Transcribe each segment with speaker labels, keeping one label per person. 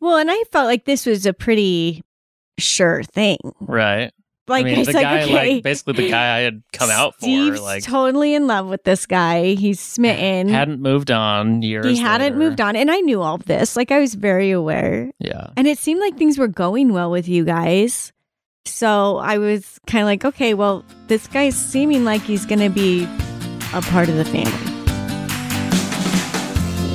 Speaker 1: Well, and I felt like this was a pretty sure thing.
Speaker 2: Right.
Speaker 1: Like
Speaker 2: I mean,
Speaker 1: it's
Speaker 2: the
Speaker 1: like,
Speaker 2: guy,
Speaker 1: okay,
Speaker 2: like basically the guy I had come out
Speaker 1: Steve's
Speaker 2: for, like
Speaker 1: totally in love with this guy. He's smitten.
Speaker 2: hadn't moved on years.
Speaker 1: he hadn't
Speaker 2: later.
Speaker 1: moved on, and I knew all of this. Like I was very aware,
Speaker 2: Yeah.
Speaker 1: and it seemed like things were going well with you guys. So I was kind of like, okay, well, this guy's seeming like he's going to be a part of the family.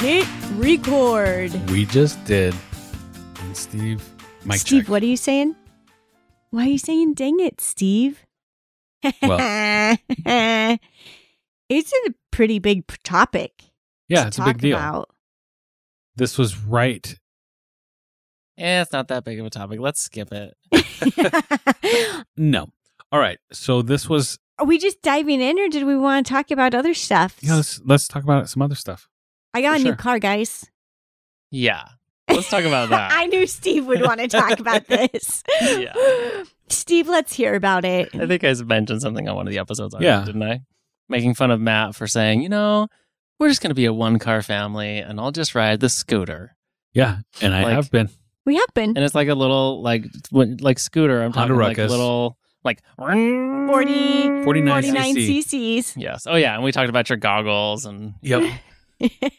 Speaker 1: Hit record.
Speaker 3: We just did. And Steve, Mike,
Speaker 1: Steve, what are you saying? Why are you saying dang it, Steve?
Speaker 3: Well,
Speaker 1: it's a pretty big p- topic.
Speaker 3: yeah,
Speaker 1: to
Speaker 3: it's a big
Speaker 1: talk
Speaker 3: deal.
Speaker 1: about.
Speaker 3: This was right.
Speaker 2: Eh, it's not that big of a topic. Let's skip it.
Speaker 3: No. All right. So this was.
Speaker 1: are we just diving in or did we want to talk about other stuff?
Speaker 3: Yeah, let's let's talk about some other stuff.
Speaker 1: I got a
Speaker 3: for
Speaker 1: new
Speaker 3: sure.
Speaker 1: car, guys.
Speaker 2: Yeah. Let's talk about that.
Speaker 1: I knew Steve would want to talk about this.
Speaker 2: Yeah.
Speaker 1: Steve, let's hear about it.
Speaker 2: I think I mentioned something on one of the episodes already,
Speaker 3: Yeah.
Speaker 2: didn't I? Making fun of Matt for saying, you know, we're just going to be a one car family and I'll just ride the scooter.
Speaker 3: Yeah, and I
Speaker 2: Like-
Speaker 3: have been.
Speaker 1: We have been
Speaker 2: And it's like a little, like, when, like scooter. I'm
Speaker 3: Honda
Speaker 2: talking like
Speaker 3: Ruckus.
Speaker 2: little, like,
Speaker 1: 40,
Speaker 3: 49
Speaker 1: 49
Speaker 3: cc.
Speaker 1: cc's.
Speaker 2: yes. Oh, yeah. And we talked about your goggles. And,
Speaker 3: Yep.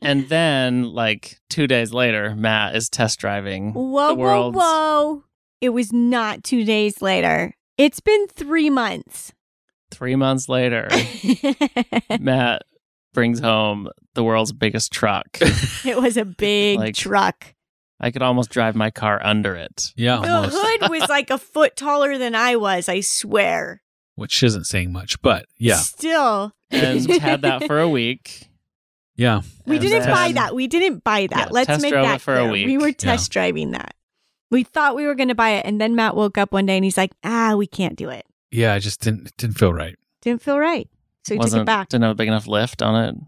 Speaker 2: and then, like, two days later, Matt is test driving
Speaker 1: whoa,
Speaker 2: the
Speaker 1: whoa,
Speaker 2: world's.
Speaker 1: whoa. It was not two days later. It's been three months.
Speaker 2: Three months later,
Speaker 1: it
Speaker 2: Matt brings home the world's biggest truck.
Speaker 1: was a big
Speaker 2: Like-
Speaker 1: truck.
Speaker 2: I could almost drive my car under it.
Speaker 3: Yeah,
Speaker 1: The
Speaker 3: almost.
Speaker 1: hood was like a foot taller than I was, I swear.
Speaker 3: Which isn't saying much, but yeah,
Speaker 1: Still.
Speaker 2: and had that for a week.
Speaker 3: yeah.
Speaker 1: We
Speaker 2: And
Speaker 1: didn't
Speaker 2: then-
Speaker 1: buy that. We didn't buy that.
Speaker 2: Yeah,
Speaker 1: Let's
Speaker 2: test
Speaker 1: make
Speaker 2: drove
Speaker 1: that
Speaker 2: it for a
Speaker 1: clear. We
Speaker 2: week.
Speaker 1: were
Speaker 2: Yeah.
Speaker 1: test driving that. We thought we were going to buy it, and then Matt woke up one day and he's like, "Ah, we can't do it.
Speaker 3: Yeah, I just didn't it didn't feel right.
Speaker 1: Didn't feel right." So he took
Speaker 2: wasn't
Speaker 1: it back.
Speaker 2: didn't have a big enough lift on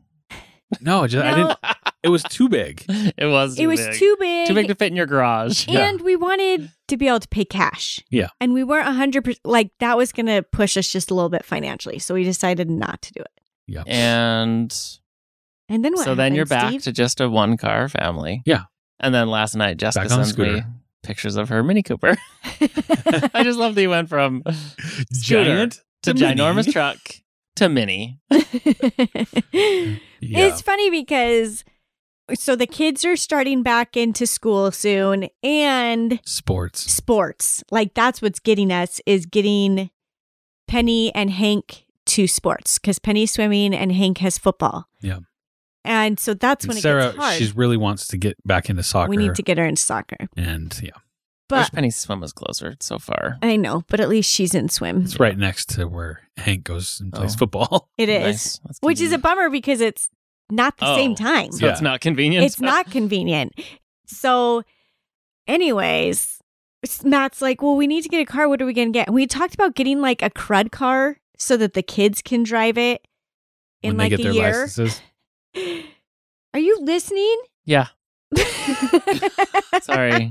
Speaker 3: No, I just, I
Speaker 1: No.
Speaker 3: didn't. It was too big.
Speaker 2: it. It was too
Speaker 1: It was
Speaker 2: big.
Speaker 1: too big.
Speaker 2: too big to fit in your garage.
Speaker 3: Yeah.
Speaker 1: And we wanted to be able to pay cash.
Speaker 3: Yeah.
Speaker 1: And we weren't 100%, like, that was going to push us just a little bit financially. So we decided not to do it.
Speaker 3: Yeah.
Speaker 2: And so
Speaker 1: And then
Speaker 2: then
Speaker 1: what?
Speaker 2: you're back
Speaker 1: happened,
Speaker 2: to just a one car family.
Speaker 3: Yeah.
Speaker 2: And then last night Jessica
Speaker 3: Back on the
Speaker 2: sends me
Speaker 3: scooter.
Speaker 2: pictures of her Mini Cooper.
Speaker 1: Steve?
Speaker 2: I just love that you went from scooter
Speaker 3: Giant
Speaker 2: to,
Speaker 3: mini.
Speaker 2: ginormous truck to mini.
Speaker 3: Yeah.
Speaker 1: It's funny because so the kids are starting back into school soon and
Speaker 3: Sports.
Speaker 1: sports. Like that's what's getting us is getting Penny and Hank to sports cuz Penny's swimming and Hank has football.
Speaker 3: Yeah.
Speaker 1: And so that's
Speaker 3: And
Speaker 1: when it
Speaker 3: Sarah,
Speaker 1: gets hard.
Speaker 3: she really wants to get back into soccer.
Speaker 1: we need to get her in soccer.
Speaker 3: And yeah,
Speaker 2: But,
Speaker 1: But
Speaker 2: Penny's swim was closer so far.
Speaker 1: I know, but at least she's in swim.
Speaker 3: it's right next to where Hank goes and plays
Speaker 2: Oh.
Speaker 3: football.
Speaker 1: It is.
Speaker 2: Nice. That's
Speaker 1: Which is a
Speaker 3: Mm-hmm.
Speaker 2: convenient.
Speaker 1: bummer because it's not the
Speaker 2: Oh,
Speaker 1: same time.
Speaker 2: so it's
Speaker 3: Yeah.
Speaker 2: not convenient.
Speaker 1: It's not convenient. So, anyways, Matt's like, well, we need to get a car. What are we going to get? And we talked about getting like a crud car so that the kids can drive it in
Speaker 3: when
Speaker 1: like
Speaker 3: they get
Speaker 1: a
Speaker 3: their
Speaker 1: year.
Speaker 3: licenses.
Speaker 1: Are you listening?
Speaker 2: Yeah. Sorry.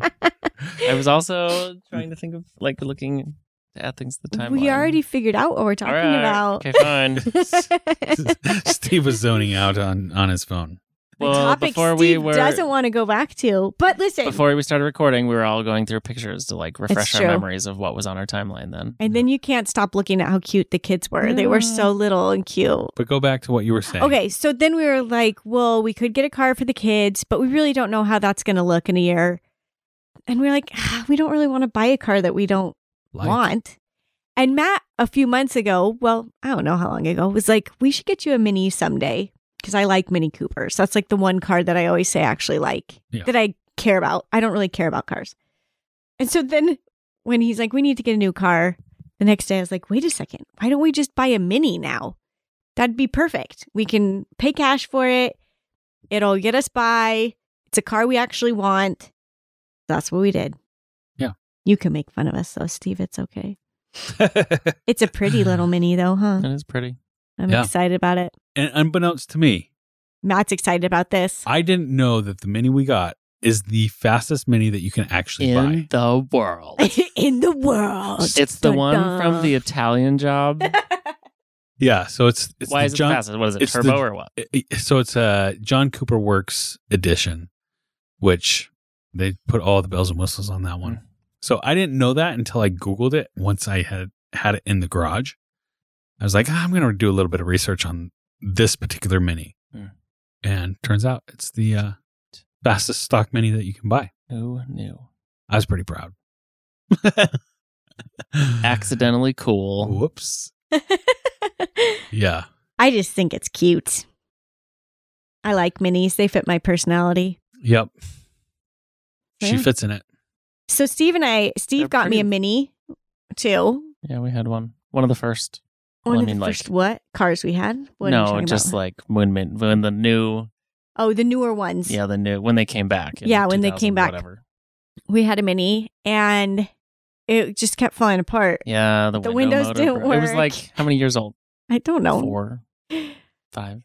Speaker 2: I was also trying to think of like looking at things at the time.
Speaker 1: we already figured out what we're talking about.
Speaker 2: Okay, fine.
Speaker 3: Steve was zoning out on on his phone.
Speaker 1: the
Speaker 2: well,
Speaker 1: topic
Speaker 2: before
Speaker 1: Steve
Speaker 2: we were
Speaker 1: doesn't want to go back to. But listen,
Speaker 2: before we started recording, we were all going through pictures to like refresh our
Speaker 1: true.
Speaker 2: memories of what was on our timeline then.
Speaker 1: and then you can't stop looking at how cute the kids were. They were so little and cute.
Speaker 3: But go back to what you were saying.
Speaker 1: Okay, so then we were like, well, we could get a car for the kids, but we really don't know how that's going to look in a year. And we're like, ah, we don't really want to buy a car that we don't
Speaker 3: Like,
Speaker 1: want. And Matt, a few months ago, well, I don't know how long ago, was like, we should get you a Mini someday because I like Mini Coopers. That's like the one car that I always say I actually like,
Speaker 3: Yeah.
Speaker 1: that I care about. I don't really care about cars. And so then when he's like, we need to get a new car, the next day I was like, wait a second, why don't we just buy a Mini now? That'd be perfect. We can pay cash for it, it'll get us by. It's a car we actually want. That's what we did.
Speaker 3: Yeah.
Speaker 1: You can make fun of us though, Steve. It's okay. It's a pretty little mini though, huh?
Speaker 2: That is pretty.
Speaker 1: I'm
Speaker 3: Yeah.
Speaker 1: excited about it.
Speaker 3: and unbeknownst to me,
Speaker 1: Matt's excited about this.
Speaker 3: I didn't know that the mini we got is the fastest mini that you can actually
Speaker 2: In
Speaker 3: buy.
Speaker 2: the world.
Speaker 1: In the world.
Speaker 2: It's the
Speaker 1: Dun,
Speaker 2: one
Speaker 1: dun.
Speaker 2: from the Italian job.
Speaker 3: Yeah, so it's, it's
Speaker 2: Why
Speaker 3: the
Speaker 2: is it the
Speaker 3: John-
Speaker 2: fastest? What is it?
Speaker 3: it's the-
Speaker 2: Turbo or what?
Speaker 3: it- so it's a John Cooper Works edition, which they put all the bells and whistles on that one. So I didn't know that until I googled it once I had had it in the garage. I was like, "Ah, I'm going to do a little bit of research on this particular mini,
Speaker 2: Hmm.
Speaker 3: and turns out it's the uh, fastest stock mini that you can buy.
Speaker 2: Who knew?
Speaker 3: I was pretty proud.
Speaker 2: Accidentally cool.
Speaker 3: Whoops. Yeah.
Speaker 1: I just think it's cute. I like minis. They fit my personality.
Speaker 3: Yep. She
Speaker 1: Yeah.
Speaker 3: fits in it.
Speaker 1: So Steve and I, Steve
Speaker 2: They're
Speaker 1: got me
Speaker 2: pretty-
Speaker 1: a mini too.
Speaker 2: Yeah, we had one. One of the first.
Speaker 1: One
Speaker 2: Well, I
Speaker 1: of
Speaker 2: mean,
Speaker 1: the
Speaker 2: like-
Speaker 1: first what cars we had? What are you
Speaker 2: no,
Speaker 1: talking
Speaker 2: just
Speaker 1: about?
Speaker 2: like when min- when the new
Speaker 1: oh, the newer ones.
Speaker 2: yeah the new when they came back. in
Speaker 1: Yeah, when they came
Speaker 2: 2000,
Speaker 1: back.
Speaker 2: Whatever.
Speaker 1: we had a mini, and it just kept falling apart.
Speaker 2: Yeah, the,
Speaker 1: The
Speaker 2: window
Speaker 1: windows
Speaker 2: motor
Speaker 1: didn't
Speaker 2: bro- It was
Speaker 1: work.
Speaker 2: like how many years old?
Speaker 1: I don't know.
Speaker 2: Four, five.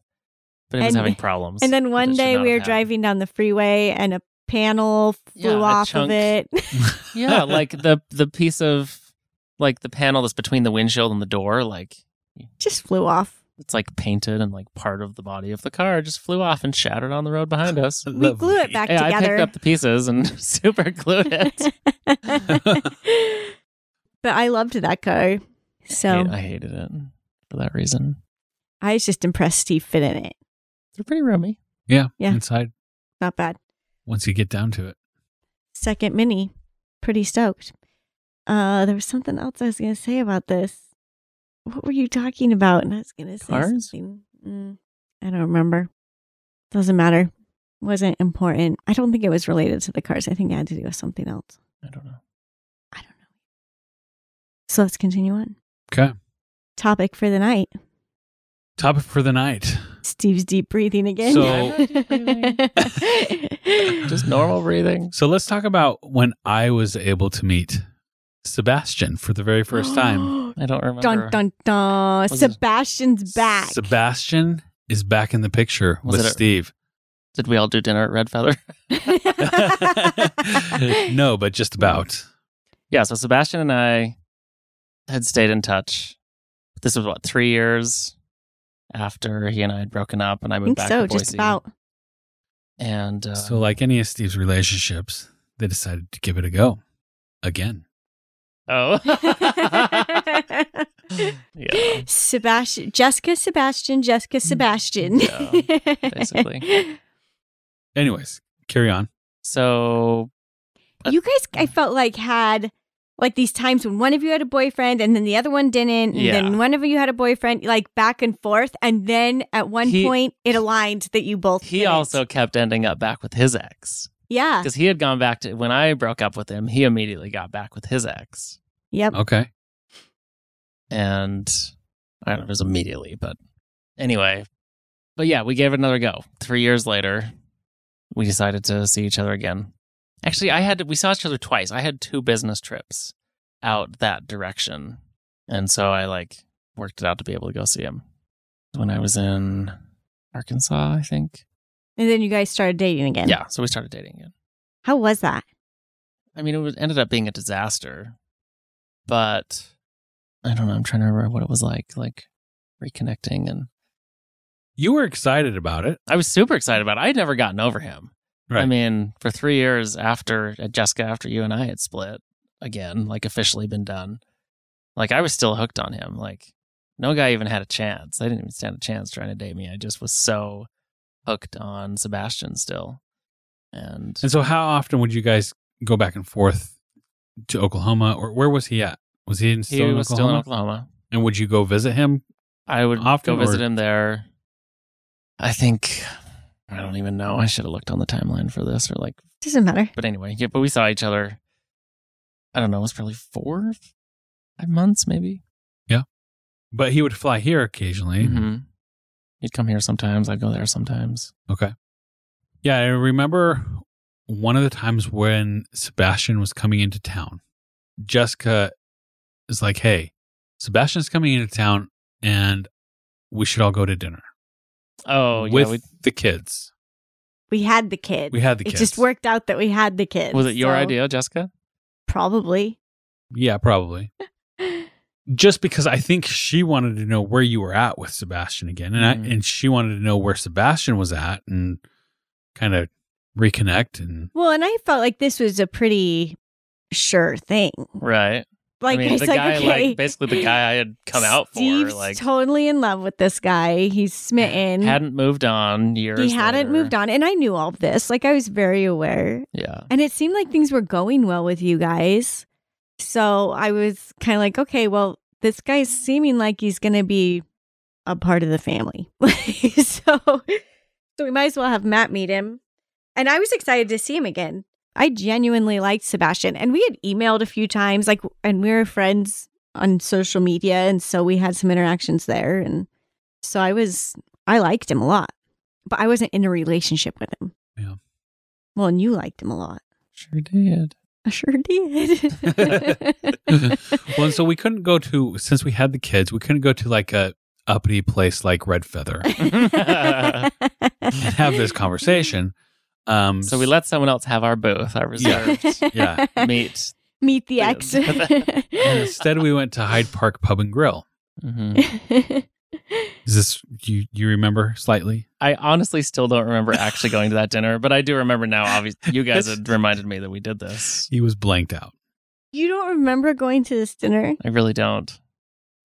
Speaker 2: But it was
Speaker 1: And-
Speaker 2: having problems.
Speaker 1: And then
Speaker 2: that
Speaker 1: one
Speaker 2: it should
Speaker 1: day
Speaker 2: not
Speaker 1: we
Speaker 2: have
Speaker 1: were
Speaker 2: had.
Speaker 1: driving down the freeway, and a panel flew
Speaker 2: Yeah, a
Speaker 1: off
Speaker 2: chunk.
Speaker 1: of it.
Speaker 2: Yeah, like the the piece of like the panel that's between the windshield and the door, like
Speaker 1: just flew off.
Speaker 2: it's like painted and like part of the body of the car just flew off and shattered on the road behind us.
Speaker 1: We glue it back
Speaker 2: Yeah, I picked
Speaker 1: together.
Speaker 2: up the pieces and super glued it.
Speaker 1: but I loved that car. So
Speaker 2: I hated it for that reason.
Speaker 1: I was just impressed Steve fit in it.
Speaker 2: They're pretty rummy.
Speaker 3: Yeah.
Speaker 1: Yeah.
Speaker 3: Inside,
Speaker 1: Not bad.
Speaker 3: once you get down to it.
Speaker 1: second mini. Pretty stoked. Uh, there was something else I was gonna say about this. What were you talking about? And I was gonna say
Speaker 2: Cars?
Speaker 1: something. Mm, I don't remember. Doesn't matter. Wasn't important. I don't think it was related to the cars. I think it had to do with something else.
Speaker 2: I don't know.
Speaker 1: I don't know. So let's continue on.
Speaker 3: Okay.
Speaker 1: Topic for the night.
Speaker 3: Topic for the night.
Speaker 1: Steve's deep breathing again.
Speaker 3: So-
Speaker 2: Just normal breathing.
Speaker 3: So let's talk about when I was able to meet Sebastian for the very first time.
Speaker 2: I don't remember.
Speaker 1: Dun dun dun!
Speaker 2: Was it-
Speaker 1: Sebastian's back.
Speaker 3: Sebastian is back in the picture
Speaker 2: Was
Speaker 3: with
Speaker 2: it a-
Speaker 3: Steve.
Speaker 2: Did we all do dinner at Red Feather?
Speaker 3: no, but just about.
Speaker 2: yeah, so Sebastian and I had stayed in touch. This was what, three years after he and I had broken up and I
Speaker 1: I
Speaker 2: moved
Speaker 1: think
Speaker 2: back
Speaker 1: so.
Speaker 2: to Boise.
Speaker 1: Just about.
Speaker 2: And uh,
Speaker 3: So, like any of Steve's relationships, they decided to give it a go again.
Speaker 2: oh. yeah.
Speaker 1: Sebastian, Jessica, Sebastian, Jessica, Sebastian.
Speaker 2: Mm, Yeah, basically.
Speaker 3: Anyways, carry on.
Speaker 2: So
Speaker 1: you guys, I
Speaker 2: mm.
Speaker 1: felt like had like these times when one of you had a boyfriend and then the other one didn't, and
Speaker 2: Yeah.
Speaker 1: then one of you had a boyfriend, like back and forth, and then at one
Speaker 2: He-
Speaker 1: point it aligned that you both.
Speaker 2: he
Speaker 1: did it.
Speaker 2: also kept ending up back with his ex
Speaker 1: yeah,
Speaker 2: because he had gone back to when I broke up with him. He immediately got back with his ex,
Speaker 1: yep.
Speaker 3: Okay.
Speaker 2: and I don't know if it was immediately, but anyway, but yeah, we gave it another go. Three years later, we decided to see each other again. Actually, I had we saw each other twice. I had two business trips out that direction, and so I like worked it out to be able to go see him when I was in Arkansas, I think.
Speaker 1: And then you guys started dating again.
Speaker 2: Yeah, so we started dating again.
Speaker 1: How was that?
Speaker 2: I mean, it was, ended up being a disaster, but I don't know. I'm trying to remember what it was like, like reconnecting. And
Speaker 3: You were excited about it.
Speaker 2: I was super excited about it. I had never gotten over him.
Speaker 3: Right.
Speaker 2: I mean, for three years after uh, Jessica, after you and I had split again, like officially been done, like I was still hooked on him. Like no guy even had a chance. They didn't even stand a chance trying to date me. I just was so hooked on Sebastian still. And
Speaker 3: and so, how often would you guys go back and forth to Oklahoma or where was he at? Was he in,
Speaker 2: he
Speaker 3: still, in
Speaker 2: was still in
Speaker 3: Oklahoma?
Speaker 2: Oklahoma.
Speaker 3: And would you go visit him
Speaker 2: I would
Speaker 3: Often
Speaker 2: go visit
Speaker 3: or-
Speaker 2: him there. I think I don't even know. I should have looked on the timeline for this or like
Speaker 1: Doesn't matter.
Speaker 2: but anyway, yeah, but we saw each other I don't know, it was probably four five months maybe.
Speaker 3: But he would fly here occasionally.
Speaker 2: Mm-hmm. He'd come here sometimes, I'd go there sometimes.
Speaker 3: Okay. Yeah, I remember one of the times when Sebastian was coming into town, Jessica is like, "Hey, Sebastian's coming into town, and we should all go to dinner
Speaker 2: Oh,
Speaker 3: with
Speaker 2: yeah. We,
Speaker 3: the kids."
Speaker 1: We had the kid.
Speaker 3: We had the
Speaker 1: it
Speaker 3: kids.
Speaker 1: just worked out that we had the kid.
Speaker 2: was it your
Speaker 1: so
Speaker 2: idea, Jessica?
Speaker 1: Probably.
Speaker 3: Yeah, probably. Just because I think she wanted to know where you were at with Sebastian again, and I,
Speaker 2: Mhm.
Speaker 3: and she wanted to know where Sebastian was at, and kind of reconnect and
Speaker 1: Well, and I felt like this was a pretty sure thing.
Speaker 2: Right.
Speaker 1: Like
Speaker 2: I mean,
Speaker 1: it's
Speaker 2: the
Speaker 1: like,
Speaker 2: guy,
Speaker 1: okay,
Speaker 2: like basically the guy I had come out
Speaker 1: Steve's
Speaker 2: for, like
Speaker 1: totally in love with this guy. He's smitten.
Speaker 2: hadn't moved on years.
Speaker 1: he hadn't
Speaker 2: later.
Speaker 1: moved on, and I knew all of this. Like I was very aware,
Speaker 2: Yeah.
Speaker 1: and it seemed like things were going well with you guys. So I was kind of like, okay, well, this guy's seeming like he's going to be a part of the family, so so we might as well have Matt meet him. And I was excited to see him again. I genuinely liked Sebastian, and we had emailed a few times, like, and we were friends on social media, and so we had some interactions there, and so I was I liked him a lot but I wasn't in a relationship with him.
Speaker 3: Yeah.
Speaker 1: Well, and you liked him a lot.
Speaker 2: Sure did.
Speaker 1: I sure did.
Speaker 3: well, and so we couldn't go to since we had the kids, we couldn't go to like a uppity place like Red Feather and have this conversation. Um,
Speaker 2: So we let someone else have our booth, our reserved
Speaker 3: Yeah.
Speaker 2: meet.
Speaker 1: Meet the ex.
Speaker 3: and instead we went to Hyde Park Pub and Grill.
Speaker 2: Mhm.
Speaker 3: Is this you? You remember slightly?
Speaker 2: I honestly still don't remember actually going to that dinner, but I do remember now. Obviously, you guys had reminded me that we did this.
Speaker 3: He was blanked out.
Speaker 1: you don't remember going to this dinner?
Speaker 2: I really don't.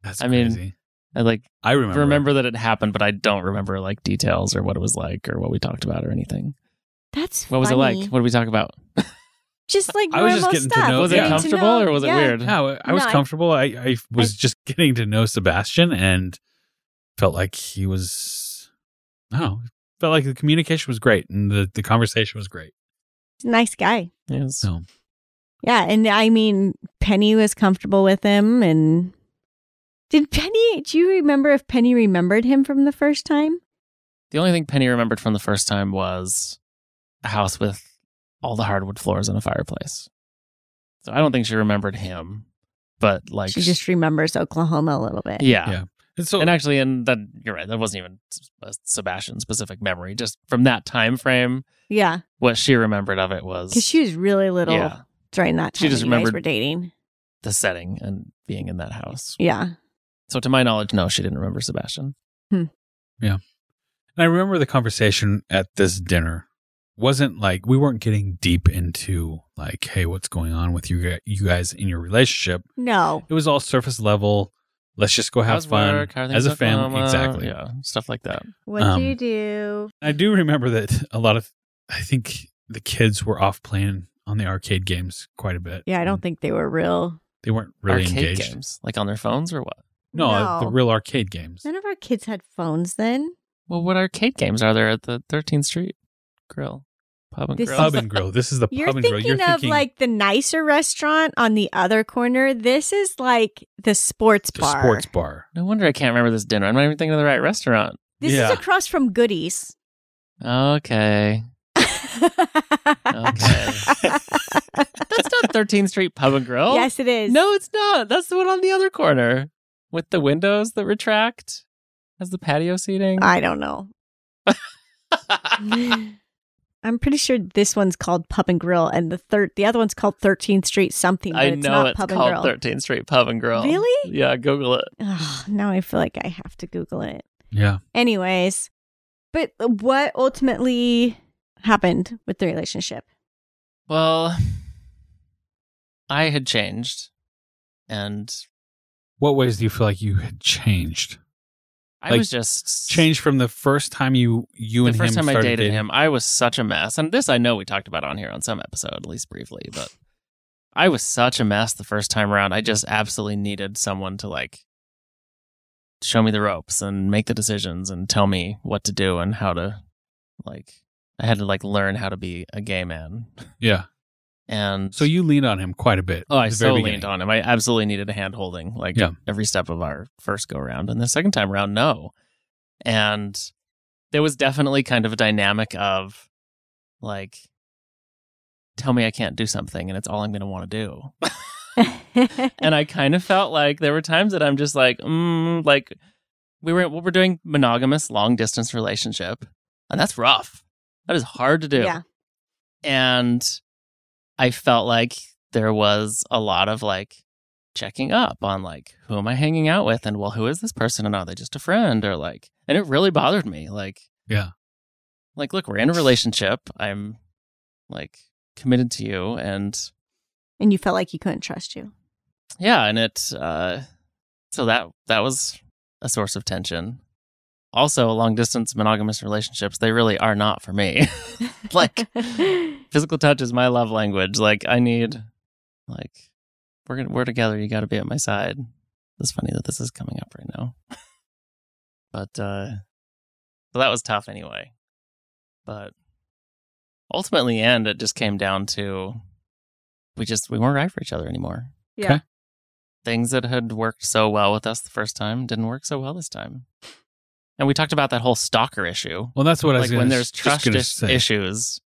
Speaker 3: That's
Speaker 2: I mean,
Speaker 3: crazy.
Speaker 2: I like
Speaker 3: I remember.
Speaker 2: remember. that it happened, but I don't remember like details or what it was like or what we talked about or anything.
Speaker 1: That's
Speaker 2: What was it
Speaker 1: funny.
Speaker 2: like? What did we talk about?
Speaker 1: Just like
Speaker 3: I was just
Speaker 1: normal
Speaker 3: getting to
Speaker 1: stuff.
Speaker 3: know-
Speaker 2: was
Speaker 3: yeah.
Speaker 2: it
Speaker 1: Getting to
Speaker 2: comfortable
Speaker 1: know-
Speaker 2: or was it
Speaker 1: yeah.
Speaker 2: weird?
Speaker 3: Yeah, I- I was
Speaker 1: No, I-
Speaker 3: comfortable. I, I was just getting to know Sebastian and felt like he was. I don't know. Felt like the communication was great and the, the conversation was great.
Speaker 1: Nice guy.
Speaker 2: Yes.
Speaker 3: So
Speaker 1: Yeah, and I mean Penny was comfortable with him, and did Penny? Do you remember if Penny remembered him from the first time?
Speaker 2: The only thing Penny remembered from the first time was a house with all the hardwood floors and a fireplace. So I don't think she remembered him, but like
Speaker 1: she just remembers Oklahoma a little bit.
Speaker 2: yeah.
Speaker 3: Yeah. And so
Speaker 2: And actually, and that you're right. That wasn't even a Sebastian specific memory. Just from that time frame,
Speaker 1: yeah.
Speaker 2: what she remembered of it was
Speaker 1: Because she was really little
Speaker 2: yeah,
Speaker 1: during that time.
Speaker 2: She just
Speaker 1: that you guys
Speaker 2: remembered-
Speaker 1: were dating.
Speaker 2: the setting and being in that house.
Speaker 1: Yeah.
Speaker 2: So, to my knowledge, no, she didn't remember Sebastian.
Speaker 3: And I remember the conversation at this dinner wasn't like we weren't getting deep into like, hey, what's going on with you gu- you guys in your relationship?
Speaker 1: No.
Speaker 3: It was all surface level. Let's just go have
Speaker 2: How's
Speaker 3: fun
Speaker 2: work? How are
Speaker 3: as
Speaker 2: things
Speaker 3: a
Speaker 2: at
Speaker 3: family.
Speaker 2: Oklahoma?
Speaker 3: Exactly.
Speaker 2: Yeah, stuff like that.
Speaker 1: What
Speaker 3: Um,
Speaker 1: do you do?
Speaker 3: I do remember that a lot of I think the kids were off playing on the arcade games quite a bit.
Speaker 1: Yeah, I don't think they were real.
Speaker 3: they weren't really
Speaker 2: Arcade
Speaker 3: engaged.
Speaker 2: games, like on their phones or what?
Speaker 3: No, uh, the real arcade games.
Speaker 1: None of our kids had phones then.
Speaker 2: Well, what arcade games are there at the 13th Street Grill, Pub and
Speaker 1: This
Speaker 2: Grill?
Speaker 1: is-
Speaker 3: Pub and grill. This is the
Speaker 1: You're
Speaker 3: pub and
Speaker 1: thinking
Speaker 3: grill. You're
Speaker 1: of
Speaker 3: thinking
Speaker 1: like the nicer restaurant on the other corner. This is like the sports
Speaker 3: the
Speaker 1: bar.
Speaker 3: sports bar.
Speaker 2: no wonder I can't remember this dinner. I'm not even thinking of the right restaurant.
Speaker 1: This
Speaker 3: Yeah.
Speaker 1: is across from Goodies.
Speaker 2: Okay, okay. That's not 13th Street Pub and Grill.
Speaker 1: yes, it is.
Speaker 2: No, it's not. That's the one on the other corner with the windows that retract. Has the patio seating.
Speaker 1: I don't know. I'm pretty sure this one's called Pub and Grill, and the third, the other one's called 13th Street something. But
Speaker 2: I
Speaker 1: it's
Speaker 2: know
Speaker 1: not
Speaker 2: it's
Speaker 1: Pub and Grill.
Speaker 2: called 13th Street Pub and Grill.
Speaker 1: Really?
Speaker 2: Yeah, Google it.
Speaker 1: Ugh, now I feel like I have to Google it.
Speaker 3: Yeah.
Speaker 1: Anyways, but what ultimately happened with the relationship?
Speaker 2: Well, I had changed, and
Speaker 3: What ways do you feel like you had changed?
Speaker 2: I
Speaker 3: Like,
Speaker 2: was just
Speaker 3: Changed from the first time you you
Speaker 2: The
Speaker 3: and
Speaker 2: first
Speaker 3: him
Speaker 2: time I
Speaker 3: started
Speaker 2: dated
Speaker 3: dating.
Speaker 2: him, I was such a mess, and this I know we talked about on here on some episode, at least briefly, but I was such a mess the first time around. I just absolutely needed someone to like show me the ropes and make the decisions and tell me what to do and how to like. I had to like learn how to be a gay man,
Speaker 3: Yeah.
Speaker 2: and
Speaker 3: So you leaned on him quite a bit.
Speaker 2: Oh, I
Speaker 3: at the very
Speaker 2: so
Speaker 3: beginning.
Speaker 2: leaned on him. I absolutely needed a hand holding, like
Speaker 3: Yeah.
Speaker 2: every step of our first go around. And the second time around, no. And there was definitely kind of a dynamic of like tell me I can't do something and it's all I'm going to want to do. and I kind of felt like there were times that I'm just like, mm, like we were we were doing monogamous long distance relationship, and that's rough. That is hard to do.
Speaker 1: Yeah.
Speaker 2: And I felt like there was a lot of like checking up on like who am I hanging out with, and well, who is this person, and are they just a friend, or like, and it really bothered me. Like,
Speaker 3: Yeah.
Speaker 2: like look, we're in a relationship. I'm like committed to you, and
Speaker 1: and you felt like he couldn't trust you.
Speaker 2: yeah and it uh so that that was a source of tension also long distance monogamous relationships they really are not for me like physical touch is my love language like i need like we're gonna we're together you gotta be at my side it's funny that this is coming up right now but uh so that was tough anyway but ultimately in the end it just came down to we just we weren't right for each other anymore
Speaker 1: yeah.
Speaker 3: Okay.
Speaker 2: things that had worked so well with us the first time didn't work so well this time. And we talked about that whole stalker issue.
Speaker 3: Well, that's what I was
Speaker 2: Like
Speaker 3: gonna,
Speaker 2: when there's
Speaker 3: just
Speaker 2: trust
Speaker 3: gonna
Speaker 2: is-
Speaker 3: say.
Speaker 2: issues,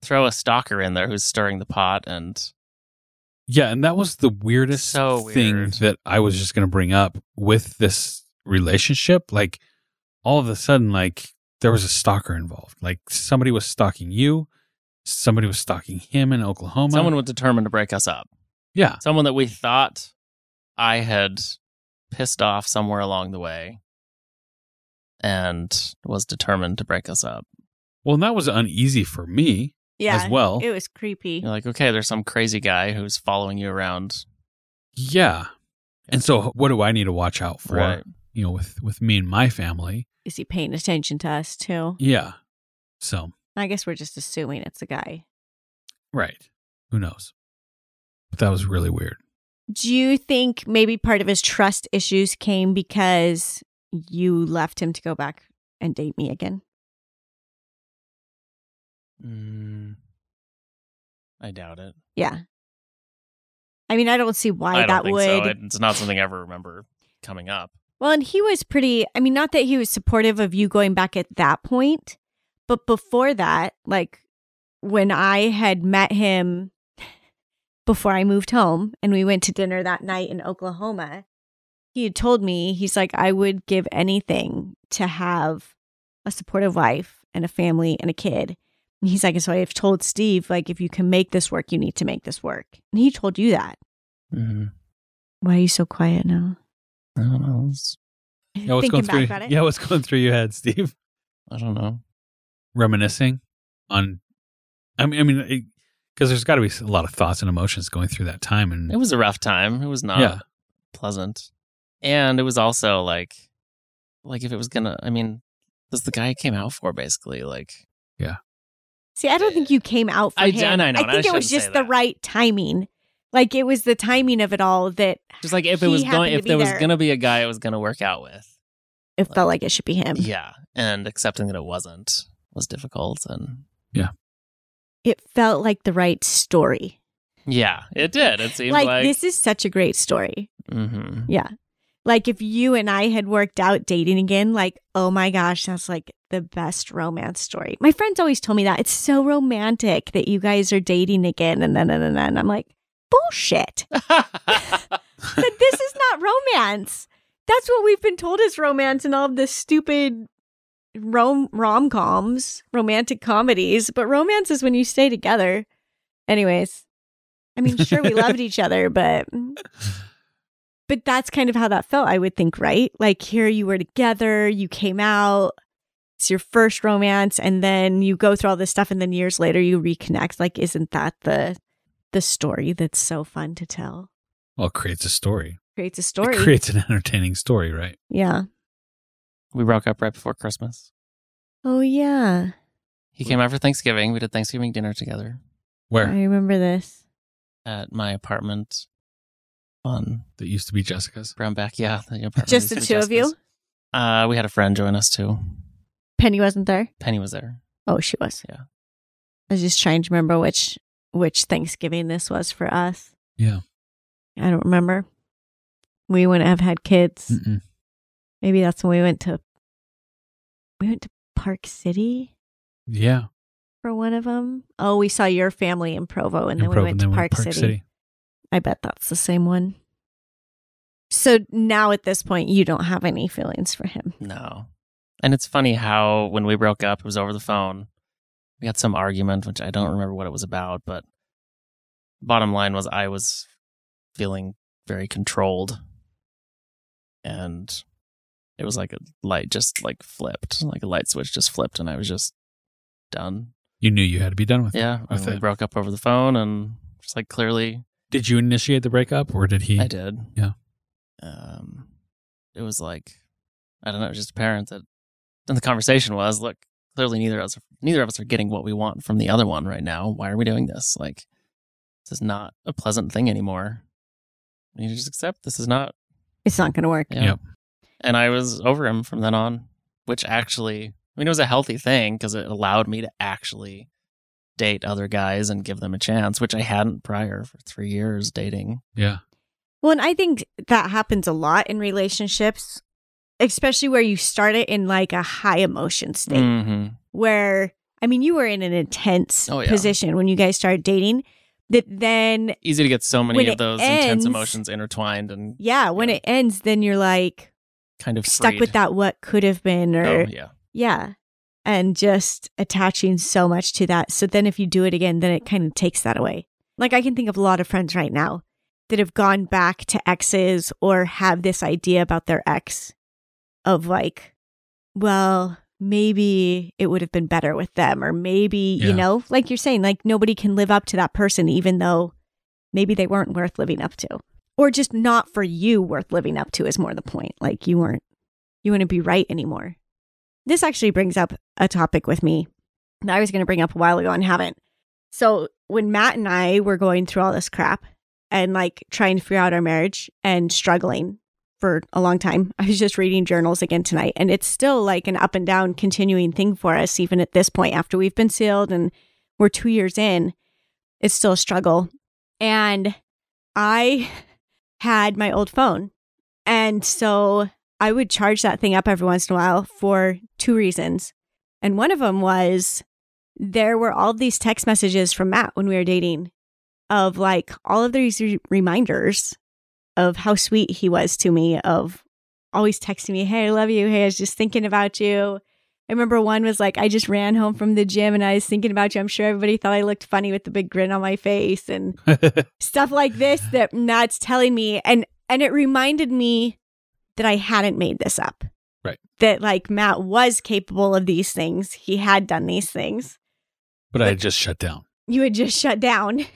Speaker 2: throw a stalker in there who's stirring the pot and
Speaker 3: Yeah, and that was the weirdest
Speaker 2: So
Speaker 3: thing
Speaker 2: weird.
Speaker 3: that I was just going to bring up with this relationship. Like, all of a sudden, like there was a stalker involved. Like somebody was stalking you, somebody was stalking him in Oklahoma.
Speaker 2: someone was determined to break us up.
Speaker 3: yeah,
Speaker 2: Someone that we thought I had pissed off somewhere along the way and was determined to break us up.
Speaker 3: well, and that was uneasy for me
Speaker 1: Yeah.
Speaker 3: as well.
Speaker 1: It was creepy.
Speaker 2: You're like, okay, there's some crazy guy who's following you around.
Speaker 3: yeah, and so what do I need to watch out for?
Speaker 2: Right.
Speaker 3: You know, with with me and my family.
Speaker 1: Is he paying attention to us too?
Speaker 3: Yeah, so
Speaker 1: I guess we're just assuming it's a guy.
Speaker 3: right, who knows? But that was really weird.
Speaker 1: Do you think maybe part of his trust issues came because you left him to go back and date me again?
Speaker 2: Mm, I doubt it.
Speaker 1: Yeah. I mean, I don't see why
Speaker 2: I don't
Speaker 1: that
Speaker 2: think
Speaker 1: would.
Speaker 2: so. It- It's not something I ever remember coming up.
Speaker 1: Well, and he was pretty, I mean, not that he was supportive of you going back at that point, but before that, like when I had met him before I moved home and we went to dinner that night in Oklahoma, he had told me, he's like, I would give anything to have a supportive wife and a family and a kid. And he's like, and so I've told Steve, like, if you can make this work, you need to make this work. And he told you that.
Speaker 2: Mm-hmm.
Speaker 1: Why are you so quiet now?
Speaker 2: I don't know. It's-
Speaker 3: Yeah, what's
Speaker 1: Thinking
Speaker 3: going through?
Speaker 1: back about it.
Speaker 3: Yeah, what's going through your head, Steve?
Speaker 2: I don't know.
Speaker 3: Reminiscing on, I mean, I mean, because there's got to be a lot of thoughts and emotions going through that time, and
Speaker 2: It was a rough time. It was not
Speaker 3: Yeah.
Speaker 2: pleasant, and it was also like, like if it was gonna, I mean, this is the guy I came out for, basically. Like,
Speaker 1: See, I don't think you came out for
Speaker 2: I-
Speaker 1: him.
Speaker 2: and I know, and I
Speaker 1: think it was
Speaker 2: shouldn't say
Speaker 1: just the
Speaker 2: that.
Speaker 1: right timing. Like it was the timing of it all that
Speaker 2: just like if it
Speaker 1: He
Speaker 2: was
Speaker 1: happened
Speaker 2: going,
Speaker 1: to
Speaker 2: if
Speaker 1: be
Speaker 2: there was
Speaker 1: there.
Speaker 2: gonna be a guy, it was gonna work out with.
Speaker 1: it felt like it should be him.
Speaker 2: Yeah, and accepting that it wasn't was difficult, and
Speaker 1: It felt like the right story.
Speaker 2: yeah, it did. It seemed
Speaker 1: Like,
Speaker 2: like,
Speaker 1: this is such a great story.
Speaker 2: hmm
Speaker 1: Yeah. Like if you and I had worked out dating again, like, oh my gosh, that's like the best romance story. My friends always told me that. It's so romantic that you guys are dating again and then and then and I'm like, bullshit. but this is not romance. That's what we've been told is romance and all of the stupid rom rom coms, romantic comedies. But romance is when you stay together. Anyways, I mean, sure we loved each other, but but that's kind of how that felt. I would think, right? Like here you were together, you came out. It's your first romance, and then you go through all this stuff, and then years later you reconnect. Like, isn't that the the story that's so fun to tell?
Speaker 3: well, it creates a story.
Speaker 1: Creates a story.
Speaker 3: It creates an entertaining story, right?
Speaker 1: Yeah.
Speaker 2: we broke up right before Christmas.
Speaker 1: Oh yeah.
Speaker 2: He came out for Thanksgiving. We did Thanksgiving dinner together
Speaker 3: Where
Speaker 1: I remember this.
Speaker 2: at my apartment on
Speaker 3: that used to be Jessica's.
Speaker 2: Brownback. Yeah, the apartment
Speaker 1: Just the
Speaker 2: used
Speaker 1: two
Speaker 2: to be
Speaker 1: of you?
Speaker 2: Jessica's. Uh, we had a friend join us too.
Speaker 1: Penny wasn't there.
Speaker 2: Penny was there.
Speaker 1: Oh, she was.
Speaker 2: Yeah.
Speaker 1: I was just trying to remember which which Thanksgiving this was for us.
Speaker 3: Yeah.
Speaker 1: I don't remember. We wouldn't have had kids.
Speaker 3: Mm-mm.
Speaker 1: Maybe that's when we went to we went to Park City.
Speaker 3: Yeah,
Speaker 1: for one of them. Oh, we saw your family in Provo, and then we
Speaker 3: Provo,
Speaker 1: went
Speaker 3: then
Speaker 1: to Park, City. I bet that's the same one. So now at this point, you don't have any feelings for him.
Speaker 2: No. And it's funny how when we broke up, it was over the phone. We had some argument, which I don't remember what it was about, but bottom line was I was feeling very controlled. And it was like a light just like flipped, like a light switch just flipped, and I was just done.
Speaker 3: You knew you had to be done with it.
Speaker 2: Yeah. And
Speaker 3: With
Speaker 2: we
Speaker 3: it.
Speaker 2: broke up over the phone, and just like clearly
Speaker 3: Did you initiate the breakup or did he?
Speaker 2: I did.
Speaker 3: Yeah.
Speaker 2: Um, it was like, I don't know, it was just apparent that. Then the conversation was, look, clearly neither of us, neither of us are getting what we want from the other one right now. Why are we doing this? Like, this is not a pleasant thing anymore. You need to just accept this is not.
Speaker 1: It's not going to work.
Speaker 2: Yeah.
Speaker 3: Yep.
Speaker 2: And I was over him from then on, which actually, I mean, it was a healthy thing because it allowed me to actually date other guys and give them a chance, which I hadn't prior for three years dating.
Speaker 3: Yeah.
Speaker 1: Well, and I think that happens a lot in relationships, especially where you start it in like a high emotion state.
Speaker 2: Mm-hmm.
Speaker 1: Where, I mean, you were in an intense
Speaker 2: Oh, yeah.
Speaker 1: position when you guys started dating, that then
Speaker 2: easy to get so many
Speaker 1: When
Speaker 2: of
Speaker 1: it
Speaker 2: those
Speaker 1: ends-
Speaker 2: intense emotions intertwined and
Speaker 1: yeah, when
Speaker 2: Yeah.
Speaker 1: it ends, then you're like
Speaker 2: kind of
Speaker 1: stuck
Speaker 2: freed.
Speaker 1: with that what could have been or
Speaker 2: Oh yeah,
Speaker 1: yeah. And just attaching so much to that. So then if you do it again, then it kind of takes that away. Like I can think of a lot of friends right now that have gone back to exes or have this idea about their ex of like, well, maybe it would have been better with them or maybe,
Speaker 3: Yeah.
Speaker 1: you know, like you're saying, like nobody can live up to that person even though maybe they weren't worth living up to. Or just not for you worth living up to is more the point. Like you weren't you wouldn't be right anymore. This actually brings up a topic with me that I was going to bring up a while ago and haven't. So, when Matt and I were going through all this crap and like trying to figure out our marriage and struggling for a long time, I was just reading journals again tonight. And it's still like an up and down continuing thing for us, even at this point, after we've been sealed and we're two years in, it's still a struggle. And I had my old phone. And so I would charge that thing up every once in a while for two reasons. And one of them was there were all these text messages from Matt when we were dating of like all of these re- reminders of how sweet he was to me, of always texting me, Hey, I love you. Hey, I was just thinking about you. I remember one was like, I just ran home from the gym and I was thinking about you. I'm sure everybody thought I looked funny with the big grin on my face. And stuff like this that Matt's telling me and and it reminded me that I hadn't made this up.
Speaker 3: Right.
Speaker 1: That like Matt was capable of these things. He had done these things.
Speaker 3: but I just shut down.
Speaker 1: You had just shut down.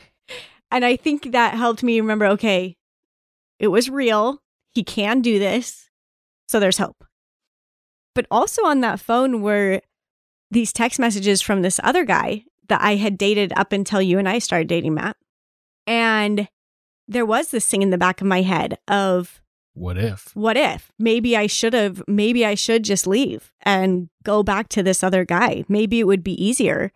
Speaker 1: And I think that helped me remember okay, it was real. He can do this. So there's hope. But also on that phone were these text messages from this other guy that I had dated up until you and I started dating Matt. And there was this thing in the back of my head of
Speaker 3: What if?
Speaker 1: what if? Maybe I should have, maybe I should just leave and go back to this other guy. Maybe it would be easier.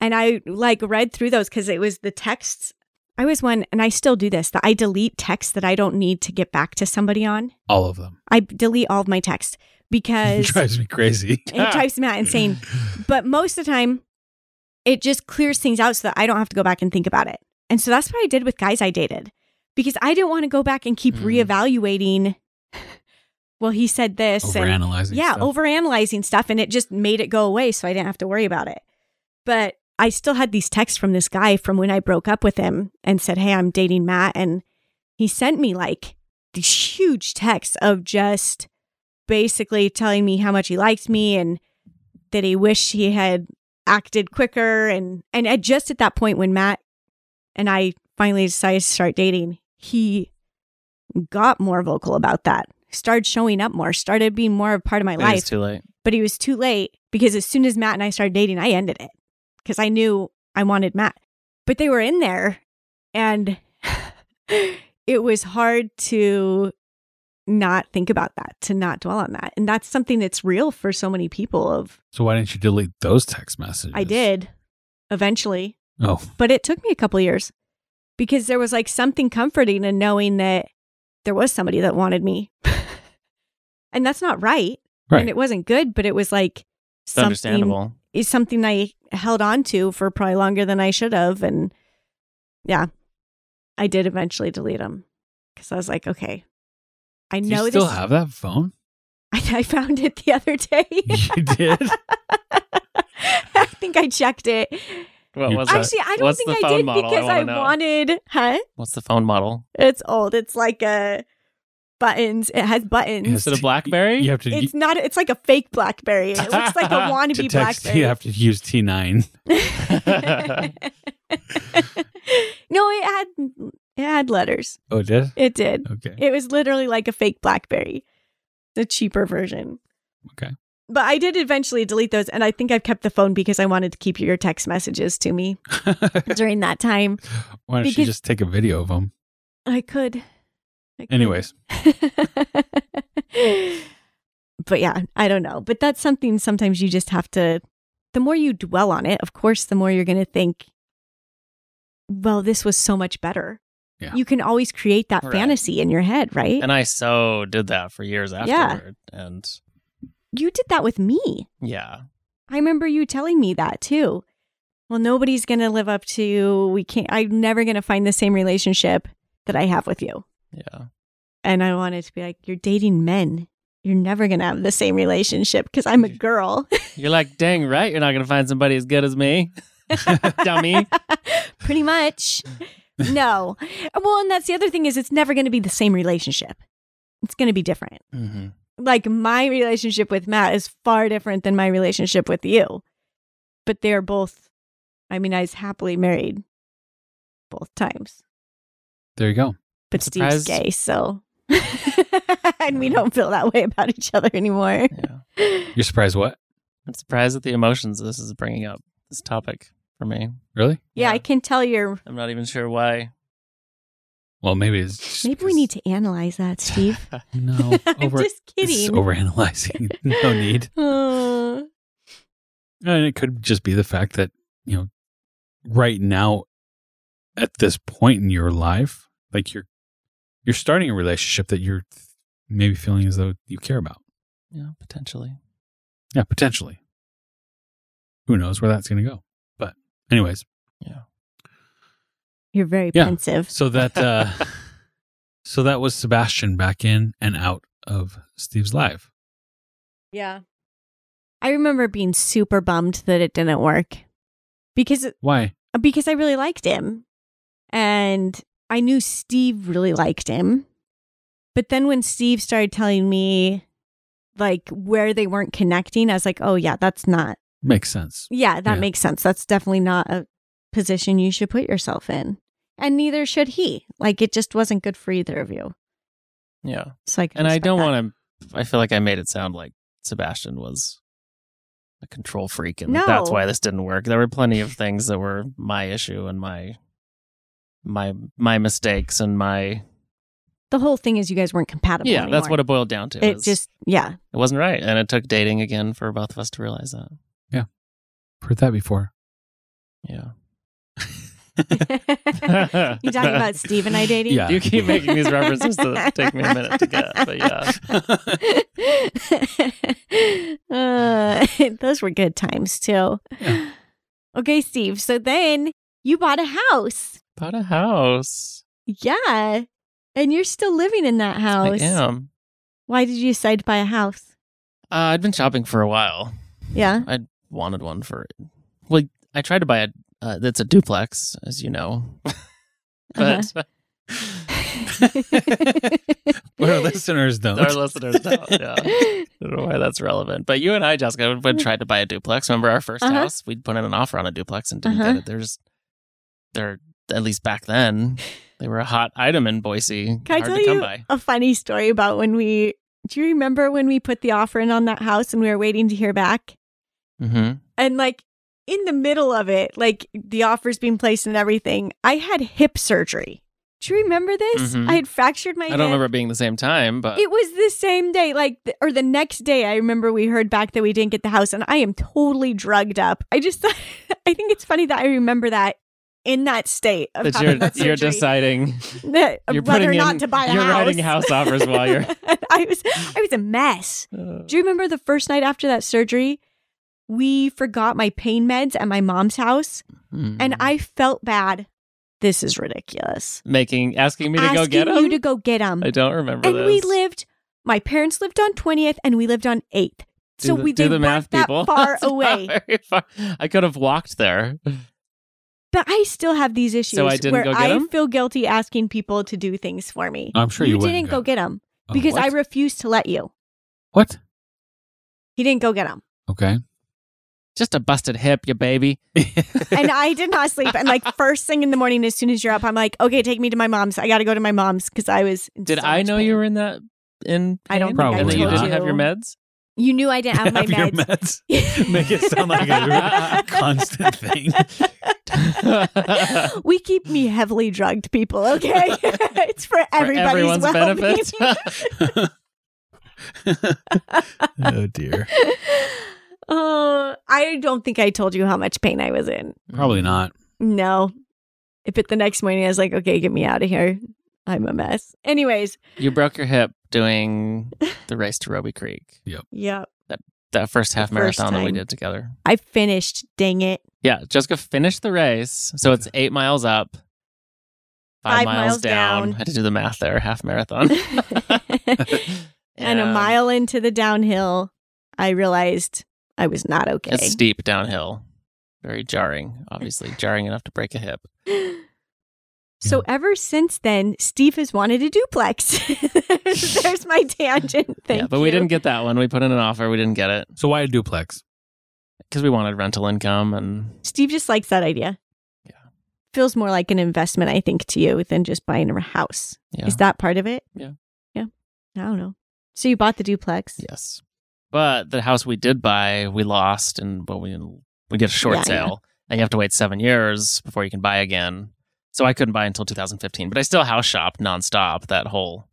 Speaker 1: And I like read through those because it was the texts. I was one, and I still do this, that I delete texts that I don't need to get back to somebody on.
Speaker 3: All of them.
Speaker 1: I delete all of my texts
Speaker 3: It
Speaker 1: because
Speaker 3: drives me crazy.
Speaker 1: it drives Matt insane. But most of the time, it just clears things out so that I don't have to go back and think about it. And so that's what I did with guys I dated because I didn't want to go back and keep
Speaker 2: Mm.
Speaker 1: reevaluating. well, he said this. and,
Speaker 3: Overanalyzing.
Speaker 1: yeah,
Speaker 3: stuff.
Speaker 1: overanalyzing stuff. And it just made it go away. So I didn't have to worry about it. But I still had these texts from this guy from when I broke up with him and said, Hey, I'm dating Matt. And he sent me like these huge texts of just basically telling me how much he liked me and that he wished he had acted quicker. And, and at just at that point when Matt and I finally decided to start dating, he got more vocal about that, started showing up more, started being more a part of my
Speaker 2: it
Speaker 1: life
Speaker 2: was too late.
Speaker 1: but he was too late because as soon as Matt and I started dating, I ended it because I knew I wanted Matt. But they were in there and it was hard to not think about that, to not dwell on that. And that's something that's real for so many people of
Speaker 3: So why didn't you delete those text messages?
Speaker 1: I did eventually,
Speaker 3: Oh,
Speaker 1: but it took me a couple years because there was like something comforting in knowing that there was somebody that wanted me. and that's not right.
Speaker 3: right.
Speaker 1: And it wasn't good, but it was like
Speaker 2: It's
Speaker 1: something
Speaker 2: understandable.
Speaker 1: is something I held on to for probably longer than I should have. And yeah, I did eventually delete them because I was like, okay, I
Speaker 3: Do
Speaker 1: know
Speaker 3: you still
Speaker 1: this.
Speaker 3: have that phone?
Speaker 1: I, I found it the other day.
Speaker 3: you did.
Speaker 1: I think I checked it.
Speaker 2: What
Speaker 3: You-
Speaker 2: was that?
Speaker 1: Actually, I don't
Speaker 2: what's
Speaker 1: think
Speaker 2: the
Speaker 1: I
Speaker 2: phone
Speaker 1: did
Speaker 2: model? I
Speaker 1: because
Speaker 2: wanna
Speaker 1: I
Speaker 2: know.
Speaker 1: wanted, huh?
Speaker 2: What's the phone model?
Speaker 1: It's old. It's like a buttons. It has buttons.
Speaker 2: Is it a BlackBerry?
Speaker 3: You have to.
Speaker 1: It's not. It's like a fake Blackberry. It looks like a
Speaker 3: to
Speaker 1: wannabe
Speaker 3: text,
Speaker 1: BlackBerry.
Speaker 3: you have to use T9.
Speaker 1: no, it had it had letters.
Speaker 3: Oh, it did?
Speaker 1: It did.
Speaker 3: Okay.
Speaker 1: It was literally like a fake BlackBerry, the cheaper version.
Speaker 3: Okay.
Speaker 1: But I did eventually delete those, and I think I've kept the phone because I wanted to keep your text messages to me during that time.
Speaker 3: Why don't you
Speaker 1: Because-
Speaker 3: just take a video of them?
Speaker 1: I could. I could.
Speaker 3: Anyways,
Speaker 1: but yeah, I don't know. But that's something sometimes you just have to, the more you dwell on it, of course, the more you're going to think, well, this was so much better.
Speaker 3: Yeah.
Speaker 1: You can always create that
Speaker 2: Right.
Speaker 1: fantasy in your head, right?
Speaker 2: And I so did that for years afterward. And
Speaker 1: you did that with me.
Speaker 2: yeah.
Speaker 1: I remember you telling me that too. Well, nobody's going to live up to, we can't, I'm never going to find the same relationship that I have with you.
Speaker 2: Yeah.
Speaker 1: And I wanted to be like, you're dating men. You're never going to have the same relationship because I'm a girl.
Speaker 2: You're like, dang right, you're not gonna find somebody as good as me. Dummy.
Speaker 1: Pretty much. No. Well, and that's the other thing is it's never going to be the same relationship. It's going to be different.
Speaker 2: Mm-hmm.
Speaker 1: Like my relationship with Matt is far different than my relationship with you. But they're both I mean, I was happily married both times.
Speaker 3: there you go.
Speaker 1: But
Speaker 2: I'm
Speaker 1: Steve's
Speaker 2: surprised-
Speaker 1: gay, so and we don't feel that way about each other anymore.
Speaker 2: Yeah.
Speaker 3: You're surprised what?
Speaker 2: I'm surprised at the emotions this is bringing up, this topic for me.
Speaker 3: Really?
Speaker 1: yeah, I can tell you're
Speaker 2: I'm not even sure why.
Speaker 3: Well, maybe it's just
Speaker 1: Maybe we need to analyze that, Steve.
Speaker 3: No,
Speaker 1: I'm
Speaker 3: over
Speaker 1: just
Speaker 3: it's
Speaker 1: kidding.
Speaker 3: overanalyzing. no need.
Speaker 1: Uh,
Speaker 3: And it could just be the fact that, you know, right now at this point in your life, like you're you're starting a relationship that you're maybe feeling as though you care about.
Speaker 2: Yeah, potentially.
Speaker 3: Yeah, potentially. Who knows where that's going to go. But anyways,
Speaker 1: You're very
Speaker 3: Yeah.
Speaker 1: pensive.
Speaker 3: so that uh so that was Sebastian back in and out of Steve's life.
Speaker 1: Yeah. I remember being super bummed that it didn't work because
Speaker 3: Why?
Speaker 1: because I really liked him. And I knew Steve really liked him. But then when Steve started telling me like where they weren't connecting, I was like, "Oh yeah, that's not.
Speaker 3: Makes sense.
Speaker 1: Yeah, that
Speaker 3: Yeah.
Speaker 1: makes sense. That's definitely not a position you should put yourself in." And neither should he. Like it just wasn't good for either of you.
Speaker 2: Yeah.
Speaker 1: So I can
Speaker 2: And I
Speaker 1: respect
Speaker 2: don't
Speaker 1: that.
Speaker 2: want to. I feel like I made it sound like Sebastian was a control freak, and
Speaker 1: No.
Speaker 2: that's why this didn't work. There were plenty of things that were my issue and my my my mistakes and my
Speaker 1: the whole thing is you guys weren't compatible.
Speaker 2: yeah. That's
Speaker 1: anymore.
Speaker 2: what it boiled down to.
Speaker 1: it
Speaker 2: is
Speaker 1: just yeah
Speaker 2: it wasn't right, and it took dating again for both of us to realize that.
Speaker 3: Heard that before.
Speaker 2: Yeah,
Speaker 1: you talking about steve and i dating
Speaker 3: Yeah.
Speaker 2: you keep making these references that take me a minute to get, but yeah,
Speaker 1: Uh, those were good times too
Speaker 3: Yeah.
Speaker 1: okay steve so then you bought a house
Speaker 2: bought a house.
Speaker 1: yeah and you're still living in that house
Speaker 2: I am.
Speaker 1: why did you decide to buy a house
Speaker 2: Uh, I'd been shopping for a while.
Speaker 1: yeah
Speaker 2: wanted one for well i tried to buy a uh, that's a duplex as you know
Speaker 1: Uh-huh.
Speaker 2: but
Speaker 3: What our listeners don't.
Speaker 2: our listeners don't yeah i don't know why that's relevant but you and i jessica would, would tried to buy a duplex remember our 1st
Speaker 1: Mm-hmm. Uh-huh.
Speaker 2: house we'd put in an offer on a duplex and didn't
Speaker 1: Uh-huh.
Speaker 2: get it there's they're at least back then they were a hot item in boise
Speaker 1: Can I
Speaker 2: hard
Speaker 1: tell
Speaker 2: to come
Speaker 1: you
Speaker 2: by
Speaker 1: a funny story about when we do you remember when we put the offer in on that house and we were waiting to hear back
Speaker 2: mm-hmm.
Speaker 1: and like in the middle of it like the offers being placed and everything i had hip surgery do you remember this
Speaker 2: Mhm.
Speaker 1: i had fractured my
Speaker 2: i
Speaker 1: hip
Speaker 2: don't remember it being the same time but
Speaker 1: it was the same day like th- or the next day i remember we heard back that we didn't get the house and i am totally drugged up i just thought i think it's funny that i remember that in that state of
Speaker 2: that
Speaker 1: having
Speaker 2: you're
Speaker 1: that
Speaker 2: you're
Speaker 1: surgery
Speaker 2: deciding
Speaker 1: that-
Speaker 2: You're
Speaker 1: whether or
Speaker 2: putting
Speaker 1: not
Speaker 2: in-
Speaker 1: to buy a
Speaker 2: you're
Speaker 1: house.
Speaker 2: writing house offers while you're-
Speaker 1: I was I was a mess.
Speaker 2: uh,
Speaker 1: Do you remember the first night after that surgery? we forgot my pain meds at my mom's house
Speaker 2: Hmm.
Speaker 1: and
Speaker 2: Mm-hmm.
Speaker 1: I felt bad. This is ridiculous.
Speaker 2: making asking me to go
Speaker 1: Asking
Speaker 2: get
Speaker 1: you
Speaker 2: him.
Speaker 1: to go get them.
Speaker 2: I don't remember
Speaker 1: and
Speaker 2: this.
Speaker 1: we lived my parents lived on 20th and we lived on 8th
Speaker 2: Do
Speaker 1: so
Speaker 2: the,
Speaker 1: we
Speaker 2: do
Speaker 1: they
Speaker 2: the math,
Speaker 1: weren't that
Speaker 2: people.
Speaker 1: far
Speaker 2: It's not
Speaker 1: away
Speaker 2: very far. I could have walked there.
Speaker 1: but i still have these issues
Speaker 2: I didn't
Speaker 1: where
Speaker 2: go get
Speaker 1: i
Speaker 2: 'em?
Speaker 1: feel guilty asking people to do things for me
Speaker 3: I'm sure you, wouldn't
Speaker 1: didn't go, get them
Speaker 3: Oh,
Speaker 1: because
Speaker 3: what?
Speaker 1: i refused to let you
Speaker 3: what?
Speaker 1: he didn't go get them
Speaker 3: Okay.
Speaker 2: Just a busted hip, you baby.
Speaker 1: and i did not sleep and like first thing in the morning as soon as you're up i'm like okay take me to my mom's i gotta go to my mom's because i was in
Speaker 2: Did
Speaker 1: so
Speaker 2: I
Speaker 1: much
Speaker 2: know
Speaker 1: pain.
Speaker 2: you were in that? In
Speaker 1: I don't
Speaker 2: pain?
Speaker 1: think I
Speaker 2: and that you
Speaker 3: told
Speaker 2: didn't have
Speaker 1: you.
Speaker 2: your meds.
Speaker 1: you knew i didn't have, my
Speaker 3: your
Speaker 1: meds
Speaker 3: meds. Make it sound like a constant thing.
Speaker 1: we keep me heavily drugged people okay it's for everybody's
Speaker 2: for everyone's
Speaker 1: well-being.
Speaker 2: benefit.
Speaker 3: oh dear.
Speaker 1: Oh, I don't think I told you how much pain I was in.
Speaker 3: Probably not.
Speaker 1: No. But the next morning, I was like, okay, get me out of here. I'm a mess. Anyways,
Speaker 2: you broke your hip doing the race to Roby Creek.
Speaker 1: yeah,
Speaker 2: That first half
Speaker 1: The first
Speaker 2: marathon that we
Speaker 1: time.
Speaker 2: did together.
Speaker 1: I finished. Dang it.
Speaker 2: Yeah, Jessica finished the race. So it's eight miles up, five,
Speaker 1: Five miles down.
Speaker 2: I had to do the math there, half marathon.
Speaker 1: and a mile into the downhill, I realized I was not okay.
Speaker 2: It's steep downhill. Very jarring, obviously. jarring enough to break a hip.
Speaker 1: So ever since then, Steve has wanted a duplex. there's, there's my tangent. Thank
Speaker 2: yeah, but we
Speaker 1: you.
Speaker 2: didn't get that one. We put in an offer. We didn't get it
Speaker 3: So why a duplex?
Speaker 2: because we wanted rental income. And
Speaker 1: Steve just likes that idea.
Speaker 2: Yeah.
Speaker 1: Feels more like an investment, I think, to you than just buying a house.
Speaker 2: yeah,
Speaker 1: Is that part of it?
Speaker 2: Yeah.
Speaker 1: Yeah. I don't know. So you bought the duplex.
Speaker 2: yes. But the house we did buy, we lost, and well, we we did a short
Speaker 1: Yeah, yeah.
Speaker 2: sale, and you have to wait seven years before you can buy again. So I couldn't buy until 2015, but I still house shopped nonstop that whole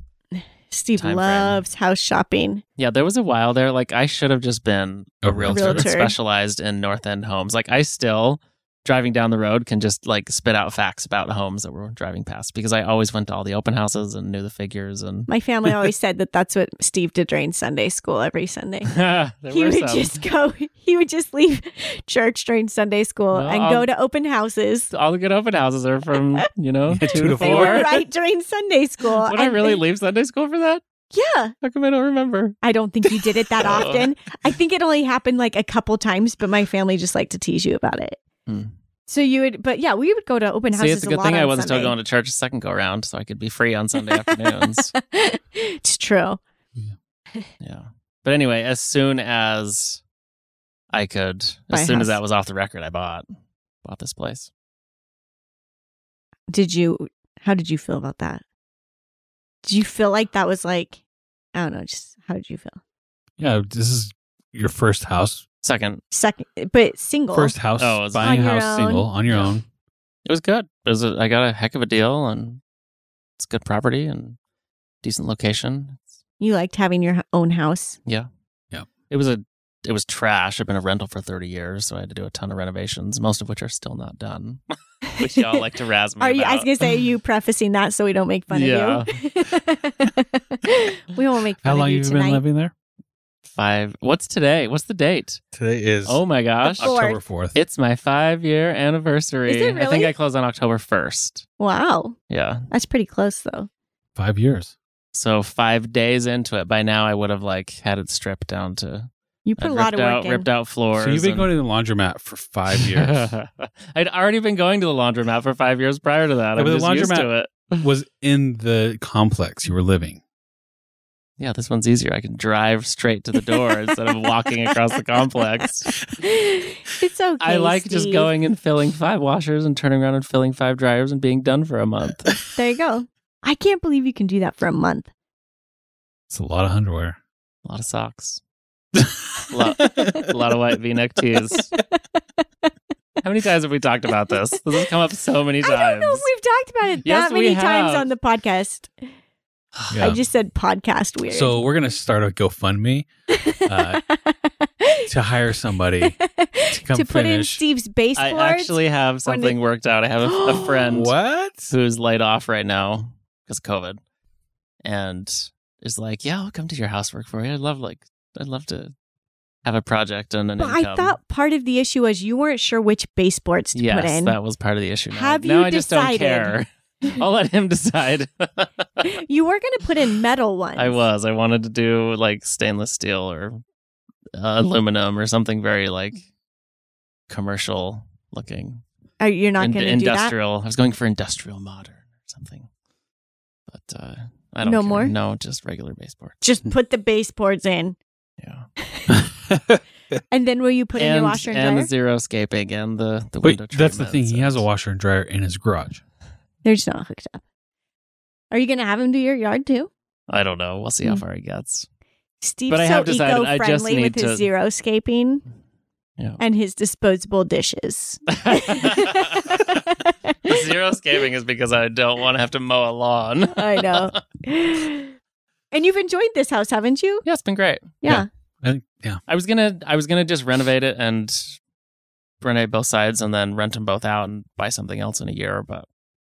Speaker 1: Steve
Speaker 2: Time frame.
Speaker 1: loves house shopping.
Speaker 2: Yeah, there was a while there. Like I should have just been
Speaker 3: A
Speaker 2: a
Speaker 3: realtor.
Speaker 2: realtor,
Speaker 1: Realtor.
Speaker 2: specialized in North End homes. Like I still driving down the road can just like spit out facts about homes that we're driving past because I always went to all the open houses and knew the figures and
Speaker 1: My family always said that that's what Steve did during Sunday school every Sunday.
Speaker 2: there
Speaker 1: He
Speaker 2: were
Speaker 1: would
Speaker 2: some.
Speaker 1: just go, he would just leave church during Sunday school
Speaker 2: Well, um,
Speaker 1: and
Speaker 2: I'll-
Speaker 1: go to open houses.
Speaker 2: all the good open houses are from, you know,
Speaker 3: Yeah,
Speaker 2: two to
Speaker 1: They
Speaker 2: four.
Speaker 1: were right during Sunday school.
Speaker 2: Would I
Speaker 1: and
Speaker 2: really
Speaker 1: they-
Speaker 2: leave Sunday school for that?
Speaker 1: Yeah.
Speaker 2: How come I don't remember?
Speaker 1: I don't think you did it that
Speaker 2: Oh.
Speaker 1: often. I think it only happened like a couple times, but my family just liked to tease you about it.
Speaker 2: Hmm.
Speaker 1: So you would, but yeah, we would go to open
Speaker 2: See,
Speaker 1: houses.
Speaker 2: it's a good
Speaker 1: lot
Speaker 2: thing
Speaker 1: on
Speaker 2: I wasn't
Speaker 1: Sunday.
Speaker 2: still going to church a second go around so I could be free on Sunday afternoons.
Speaker 1: it's true.
Speaker 2: Yeah. But anyway, as soon as I could,
Speaker 1: Buy a
Speaker 2: as soon as
Speaker 1: house.
Speaker 2: that was off the record, I bought bought this place.
Speaker 1: Did you? How did you feel about that? Did you feel like that was like, I don't know, just how did you feel?
Speaker 3: Yeah, this is your first house.
Speaker 2: Second,
Speaker 1: Second, but single.
Speaker 3: First house.
Speaker 2: Oh, it's-
Speaker 3: buying
Speaker 1: On your
Speaker 3: house single
Speaker 1: own.
Speaker 3: on your
Speaker 2: Yeah.
Speaker 3: own.
Speaker 2: it was good. It was a, I got a heck of a deal, and it's good property and decent location.
Speaker 1: you liked having your own house.
Speaker 2: It was a it was trash. I've been a rental for thirty years, so I had to do a ton of renovations, most of which are still not done. Which y'all like to razz me.
Speaker 1: Are you? I was
Speaker 2: about.
Speaker 1: gonna say are you prefacing that so we don't make fun of you. we won't make fun
Speaker 3: How
Speaker 1: of
Speaker 3: long
Speaker 1: you
Speaker 3: have you
Speaker 1: tonight.
Speaker 3: been living there?
Speaker 2: five? What's today? What's the date?
Speaker 3: Today is
Speaker 2: Oh my gosh!
Speaker 1: fourth.
Speaker 3: October fourth.
Speaker 2: It's my five year anniversary.
Speaker 1: Is it
Speaker 2: I think
Speaker 1: really?
Speaker 2: I closed on October first.
Speaker 1: wow,
Speaker 2: Yeah.
Speaker 1: that's pretty close though.
Speaker 3: Five years.
Speaker 2: So five days into it, by now I would have like had it stripped down to
Speaker 1: You put
Speaker 2: I'd
Speaker 1: a lot of
Speaker 2: ripped
Speaker 1: work
Speaker 2: out,
Speaker 1: in.
Speaker 2: ripped out floors.
Speaker 3: So you've been
Speaker 2: and-
Speaker 3: going to the laundromat for five years.
Speaker 2: I'd already been going to the laundromat for five years prior to that.
Speaker 3: Yeah,
Speaker 2: I'm
Speaker 3: but the
Speaker 2: just used to
Speaker 3: laundromat-
Speaker 2: it.
Speaker 3: was in the complex you were living.
Speaker 2: Yeah, this one's easier. I can drive straight to the door instead of walking across the complex.
Speaker 1: it's okay.
Speaker 2: I like just
Speaker 1: Steve.
Speaker 2: going and filling five washers and turning around and filling five dryers and being done for a month.
Speaker 1: There you go. I can't believe you can do that for a month.
Speaker 3: It's a lot of underwear.
Speaker 2: A lot of socks, a lot, a lot of white V-neck tees. How many times have we talked about this? This has come up so many times.
Speaker 1: I don't know if we've talked about it
Speaker 2: Yes,
Speaker 1: that
Speaker 2: we
Speaker 1: many times
Speaker 2: have.
Speaker 1: on the podcast. I
Speaker 3: Yeah.
Speaker 1: just said podcast weird.
Speaker 3: So we're gonna start a GoFundMe uh, to hire somebody. come
Speaker 1: to put in
Speaker 3: finish.
Speaker 1: Steve's baseboards.
Speaker 2: I actually have
Speaker 1: Or the-
Speaker 2: something worked out. I have a, a friend
Speaker 3: What?
Speaker 2: who's laid off right now because of COVID, and is like, "Yeah, I'll come to your housework for you. I'd love like, I'd love to have a project and an
Speaker 1: But
Speaker 2: income.
Speaker 1: I thought part of the issue was you weren't sure which baseboards to
Speaker 2: yes,
Speaker 1: put in.
Speaker 2: that was part of the issue. Now,
Speaker 1: Have
Speaker 2: now
Speaker 1: you
Speaker 2: I just
Speaker 1: decided?
Speaker 2: don't care. I'll let him decide.
Speaker 1: you were going to put in metal ones.
Speaker 2: I was. I wanted to do like stainless steel or uh, aluminum or something very like commercial looking.
Speaker 1: Are Uh, you're not
Speaker 2: In-
Speaker 1: going to do that?
Speaker 2: industrial. I was going for industrial modern or something. But uh, I don't
Speaker 1: No
Speaker 2: care.
Speaker 1: more?
Speaker 2: No, just regular baseboard.
Speaker 1: Just put the baseboards in,
Speaker 2: Yeah.
Speaker 1: and then will you put in
Speaker 2: and,
Speaker 1: your washer and,
Speaker 2: and
Speaker 1: dryer?
Speaker 2: the zero escaping and the, the
Speaker 3: Wait,
Speaker 2: window
Speaker 3: that's the
Speaker 2: treatment,
Speaker 3: thing.
Speaker 2: so
Speaker 3: He has a
Speaker 2: it's-
Speaker 3: washer and dryer in his garage.
Speaker 1: They're just not hooked up. Are you going to have him do your yard too?
Speaker 2: I don't know. We'll see how
Speaker 1: Mm.
Speaker 2: far he gets.
Speaker 1: Steve's
Speaker 2: But I
Speaker 1: so
Speaker 2: have decided I
Speaker 1: eco-friendly
Speaker 2: just
Speaker 1: with
Speaker 2: need
Speaker 1: his
Speaker 2: to-
Speaker 1: zero scaping
Speaker 2: Yeah.
Speaker 1: and his disposable dishes.
Speaker 2: The zero escaping is because I don't want to have to mow a lawn.
Speaker 1: I know. And you've enjoyed this house, haven't you?
Speaker 2: Yeah, it's been great.
Speaker 1: Yeah.
Speaker 3: I think, yeah.
Speaker 2: I was gonna I was gonna just renovate it and renovate both sides and then rent them both out and buy something else in a year. But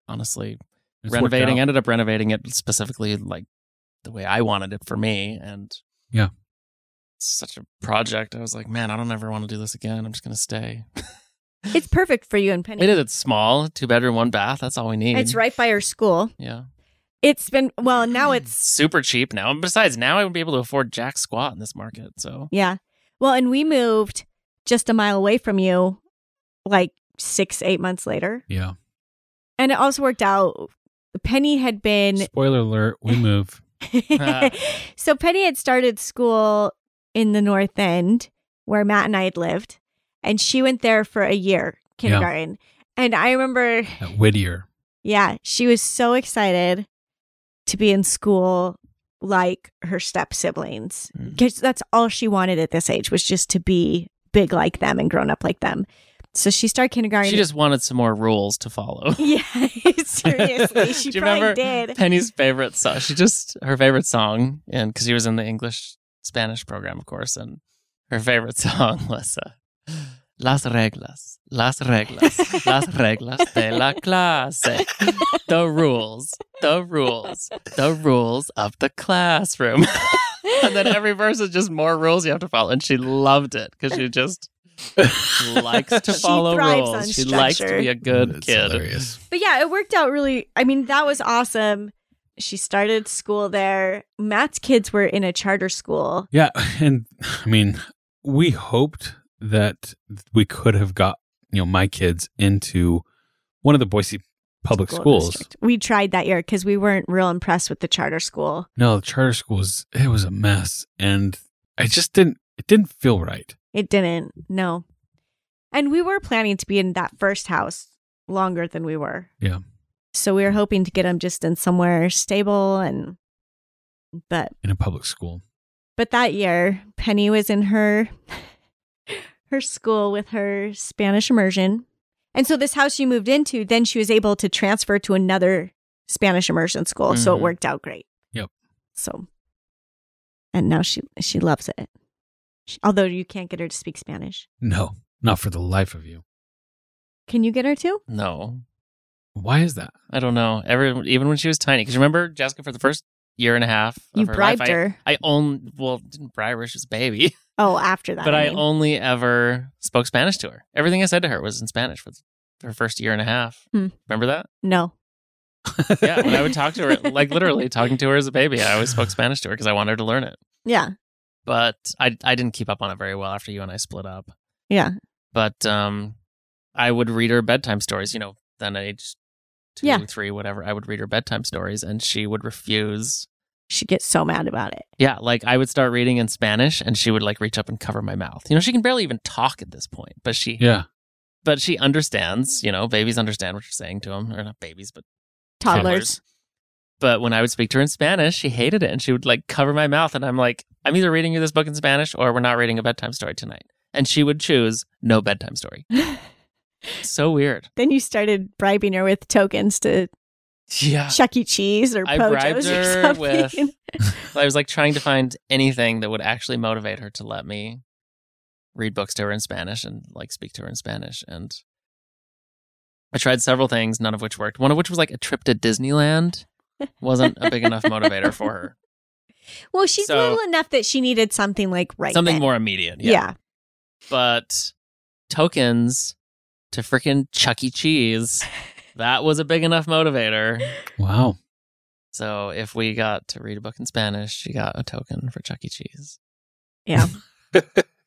Speaker 2: honestly,
Speaker 3: It's worked
Speaker 2: renovating
Speaker 3: out.
Speaker 2: ended up renovating it specifically like the way I wanted it for me and
Speaker 3: Yeah.
Speaker 2: it's such a project. I was like, man, I don't ever want to do this again. I'm just gonna stay.
Speaker 1: It's perfect for you and Penny.
Speaker 2: It is. It's small, two bedroom, one bath. That's all we need.
Speaker 1: It's right by her school.
Speaker 2: Yeah.
Speaker 1: It's been well, now
Speaker 3: Mm.
Speaker 2: Mm-hmm.
Speaker 1: it's
Speaker 2: super cheap now. And besides, now I would be able to afford jack squat in this market. So
Speaker 1: Yeah. Well, and we moved just a mile away from you like six, eight months later.
Speaker 3: Yeah.
Speaker 1: And it also worked out. Penny had been.
Speaker 3: Spoiler alert: we move.
Speaker 1: so Penny had started school in the North End where Matt and I had lived. And she went there for a year, kindergarten. And I remember,
Speaker 3: at Whittier.
Speaker 1: yeah, she was so excited to be in school like her step siblings.
Speaker 2: mm.
Speaker 1: because that's all she wanted at this age was just to be big like them and grown up like them. So she started kindergarten.
Speaker 2: she just wanted some more rules to follow.
Speaker 1: yeah, seriously, she
Speaker 2: Do you
Speaker 1: probably
Speaker 2: remember
Speaker 1: did.
Speaker 2: Penny's favorite song. She just her favorite song, and because she was in the English Spanish program, of course, and her favorite song was uh, "Las reglas, las reglas, las reglas de la clase." The rules, the rules, the rules of the classroom. and then every verse is just more rules you have to follow, and she loved it because she just likes to
Speaker 1: She
Speaker 2: follow
Speaker 1: thrives on
Speaker 2: rules. She likes to
Speaker 1: structure.
Speaker 2: be a good
Speaker 3: It's
Speaker 2: kid.
Speaker 3: Hilarious.
Speaker 1: But yeah, it worked out really. I mean, that was awesome. She started school there. Matt's kids were in a charter school.
Speaker 3: Yeah, and I mean, we hoped that we could have got you know my kids into one of the Boise public
Speaker 1: School
Speaker 3: schools.
Speaker 1: district. We tried that year because we weren't real impressed with the charter school.
Speaker 3: No, the charter school was it was a mess, and I just didn't. It didn't feel right.
Speaker 1: It didn't. No. And we were planning to be in that first house longer than we were.
Speaker 3: Yeah.
Speaker 1: So we were hoping to get them just in somewhere stable and but
Speaker 3: in a public school.
Speaker 1: but that year Penny was in her her school with her Spanish immersion. And so this house she moved into, then she was able to transfer to another Spanish immersion school, so it
Speaker 2: Mhm.
Speaker 1: worked out great.
Speaker 3: Mm-hmm. Yep.
Speaker 1: So and now she she loves it. She- although you can't get her to speak Spanish.
Speaker 3: No, not for the life of you.
Speaker 1: Can you get her too?
Speaker 2: No,
Speaker 3: Why is that?
Speaker 2: I don't know. Every even when she was tiny, because remember Jessica for the first year and a half. Of
Speaker 1: You
Speaker 2: her
Speaker 1: bribed
Speaker 2: life,
Speaker 1: her.
Speaker 2: I, I only well didn't bribe her. She was a baby,
Speaker 1: Oh, after that.
Speaker 2: but I,
Speaker 1: mean.
Speaker 2: only ever spoke Spanish to her. Everything I said to her was in Spanish for her first year and a half.
Speaker 1: Hmm.
Speaker 2: Remember that?
Speaker 1: no.
Speaker 2: Yeah, when I would talk to her, like literally talking to her as a baby, I always spoke Spanish to her because I wanted her to learn it.
Speaker 1: Yeah.
Speaker 2: But I I didn't keep up on it very well after you and I split up.
Speaker 1: Yeah.
Speaker 2: But um, I would read her bedtime stories. You know, then at age two,
Speaker 1: Yeah.
Speaker 2: three, whatever, I would read her bedtime stories, and she would refuse.
Speaker 1: She gets so mad about it.
Speaker 2: Yeah, like I would start reading in Spanish and she would like reach up and cover my mouth. You know, she can barely even talk at this point, but she
Speaker 3: Yeah,
Speaker 2: but she understands, you know, babies understand what you're saying to them, or not babies, but
Speaker 1: Toddlers.
Speaker 2: but when I would speak to her in Spanish, she hated it and she would like cover my mouth and I'm like, I'm either reading you this book in Spanish or we're not reading a bedtime story tonight. And she would choose no bedtime story. So weird.
Speaker 1: then you started bribing her with tokens to
Speaker 2: Yeah.
Speaker 1: Chuck E. Cheese or
Speaker 2: Ah. I bribed
Speaker 1: Pojo's
Speaker 2: her
Speaker 1: or something.
Speaker 2: with- I was like trying to find anything that would actually motivate her to let me read books to her in Spanish and like speak to her in Spanish. And I tried several things, none of which worked. One of which was like a trip to Disneyland wasn't a big enough motivator for her.
Speaker 1: Well, she's
Speaker 2: So-
Speaker 1: little enough that she needed something like right.
Speaker 2: Something
Speaker 1: then.
Speaker 2: more immediate.
Speaker 1: Yeah.
Speaker 2: But tokens to freaking Chuck E. Cheese, that was a big enough motivator.
Speaker 3: Wow.
Speaker 2: So if we got to read a book in Spanish, she got a token for Chuck E. Cheese.
Speaker 1: Yeah.
Speaker 2: I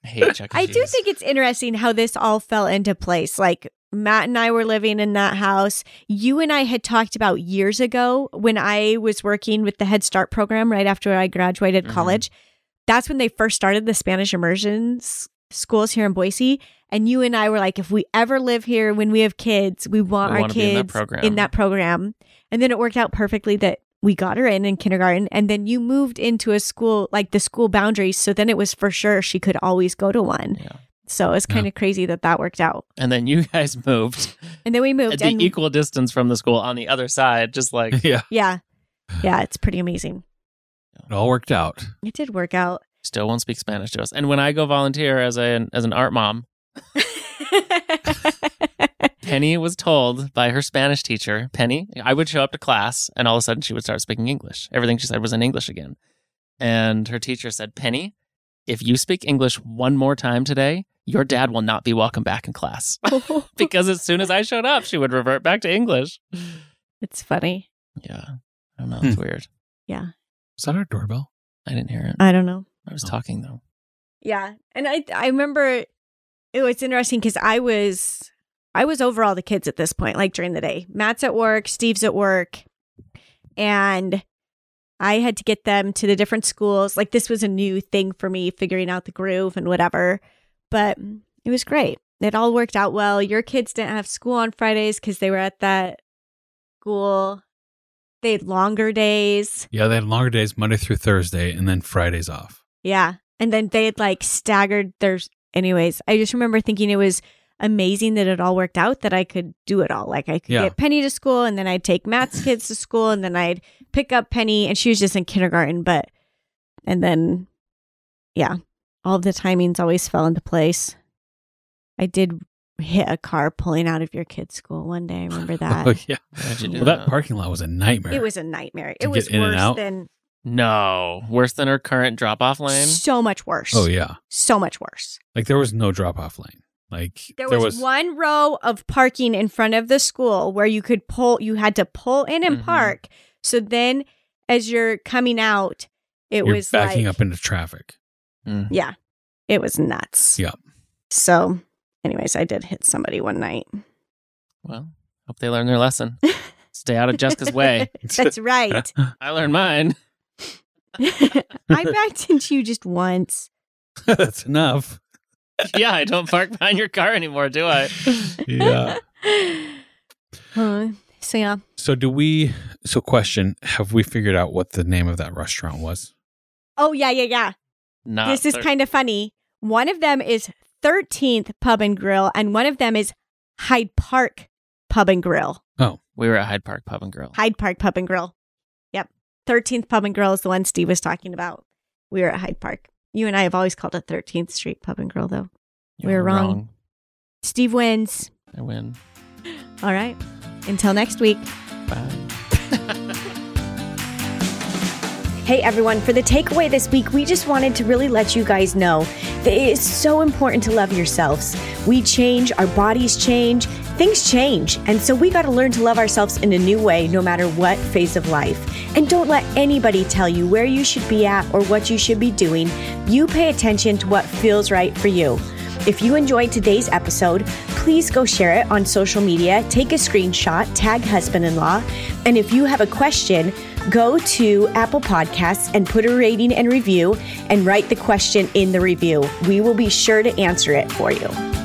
Speaker 2: hate Chuck E.
Speaker 1: I
Speaker 2: Cheese.
Speaker 1: do think it's interesting how this all fell into place. Like Matt and I were living in that house. You and I had talked about years ago when I was working with the Head Start program right after I graduated
Speaker 2: Mhm.
Speaker 1: college. That's when they first started the Spanish immersion s- schools here in Boise. And you and I were like, if we ever live here when we have kids, we want
Speaker 2: We
Speaker 1: our
Speaker 2: wanna be in that
Speaker 1: kids
Speaker 2: program.
Speaker 1: in that program. And then it worked out perfectly that we got her in in kindergarten and then you moved into a school like the school boundaries so then it was for sure she could always go to one
Speaker 2: Yeah.
Speaker 1: so it's
Speaker 3: Yeah.
Speaker 1: kind of crazy that that worked out.
Speaker 2: And then you guys moved
Speaker 1: And then we
Speaker 2: at
Speaker 1: moved.
Speaker 2: the
Speaker 1: And
Speaker 2: equal distance from the school on the other side, just like
Speaker 3: yeah.
Speaker 1: yeah, yeah, it's pretty amazing.
Speaker 3: It all worked out.
Speaker 1: It did work out.
Speaker 2: still won't speak Spanish to us. And when I go volunteer as an as an art mom, Penny was told by her Spanish teacher, Penny, I would show up to class and all of a sudden she would start speaking English. Everything she said was in English again. And her teacher said, Penny, if you speak English one more time today, your dad will not be welcome back in class. because as soon as I showed up, she would revert back to English.
Speaker 1: it's funny.
Speaker 2: Yeah. I don't know.
Speaker 3: Hmm.
Speaker 2: It's weird.
Speaker 3: Is that our doorbell?
Speaker 2: I didn't hear it.
Speaker 1: I don't know.
Speaker 2: I
Speaker 3: Oh.
Speaker 2: was talking though.
Speaker 1: Yeah, and I I remember it was interesting because I was I was over all the kids at this point, like during the day. Matt's at work, Steve's at work, and I had to get them to the different schools. Like this was a new thing for me, figuring out the groove and whatever. But it was great. It all worked out well. Your kids didn't have school on Fridays because they were at that school. They had longer days.
Speaker 3: Yeah, they had longer days Monday through Thursday and then Fridays off.
Speaker 1: Yeah. And then they had like staggered their anyways. I just remember thinking it was amazing that it all worked out that I could do it all. Like I could
Speaker 3: Yeah.
Speaker 1: get Penny to school and then I'd take Matt's kids to school and then I'd pick up Penny and she was just in kindergarten, but and then yeah. All the timings always fell into place. I did hit a car pulling out of your kids' school one day. I remember
Speaker 3: Oh,
Speaker 1: that.
Speaker 3: yeah.
Speaker 2: Why did you do
Speaker 3: Well, that
Speaker 2: that?
Speaker 3: parking lot was a nightmare.
Speaker 1: it was a nightmare.
Speaker 3: To
Speaker 1: It was
Speaker 3: get in and
Speaker 1: worse
Speaker 3: out?
Speaker 1: than
Speaker 2: No. Worse than her current drop off lane.
Speaker 1: so much worse.
Speaker 3: Oh, yeah.
Speaker 1: So much worse.
Speaker 3: Like there was no drop off lane. Like
Speaker 1: There was, one row of parking in front of the school where you could pull, you had to pull in and
Speaker 3: Mm-hmm.
Speaker 2: Mhm.
Speaker 1: park. So then as you're coming out, it
Speaker 3: you're
Speaker 1: was
Speaker 3: backing
Speaker 1: like,
Speaker 3: up into traffic.
Speaker 2: Mm.
Speaker 1: yeah, it was nuts.
Speaker 3: Yeah.
Speaker 1: So, anyways, I did hit somebody one night.
Speaker 2: Well, hope they learned their lesson. Stay out of Jessica's way.
Speaker 1: That's right.
Speaker 2: I learned mine.
Speaker 1: I backed into you just once.
Speaker 3: That's enough.
Speaker 2: Yeah, I don't park behind your car anymore, do I?
Speaker 3: Yeah.
Speaker 1: Huh. so, yeah.
Speaker 3: so do we so question, have we figured out what the name of that restaurant was?
Speaker 1: Oh, yeah, yeah, yeah.
Speaker 2: Not
Speaker 1: this is
Speaker 2: Ah, thir-
Speaker 1: kind of funny. One of them is 13th Pub and Grill, and one of them is Hyde Park Pub and Grill.
Speaker 2: We were at Hyde Park Pub and Grill.
Speaker 1: Hyde Park Pub and Grill. Yep. 13th Pub and Grill is the one Steve was talking about. We were at Hyde Park. You and I have always called it 13th Street Pub and Grill, though.
Speaker 2: You
Speaker 1: we were wrong. Steve wins.
Speaker 2: I win.
Speaker 1: All right. Until next week.
Speaker 2: Bye.
Speaker 1: Hey everyone, for the takeaway this week, we just wanted to really let you guys know that it is so important to love yourselves. We change, our bodies change, things change. And so we got to learn to love ourselves in a new way, no matter what phase of life. And don't let anybody tell you where you should be at or what you should be doing. You pay attention to what feels right for you. If you enjoyed today's episode, please go share it on social media, take a screenshot, tag husband in law, and if you have a question, go to Apple Podcasts and put a rating and review and write the question in the review. We will be sure to answer it for you.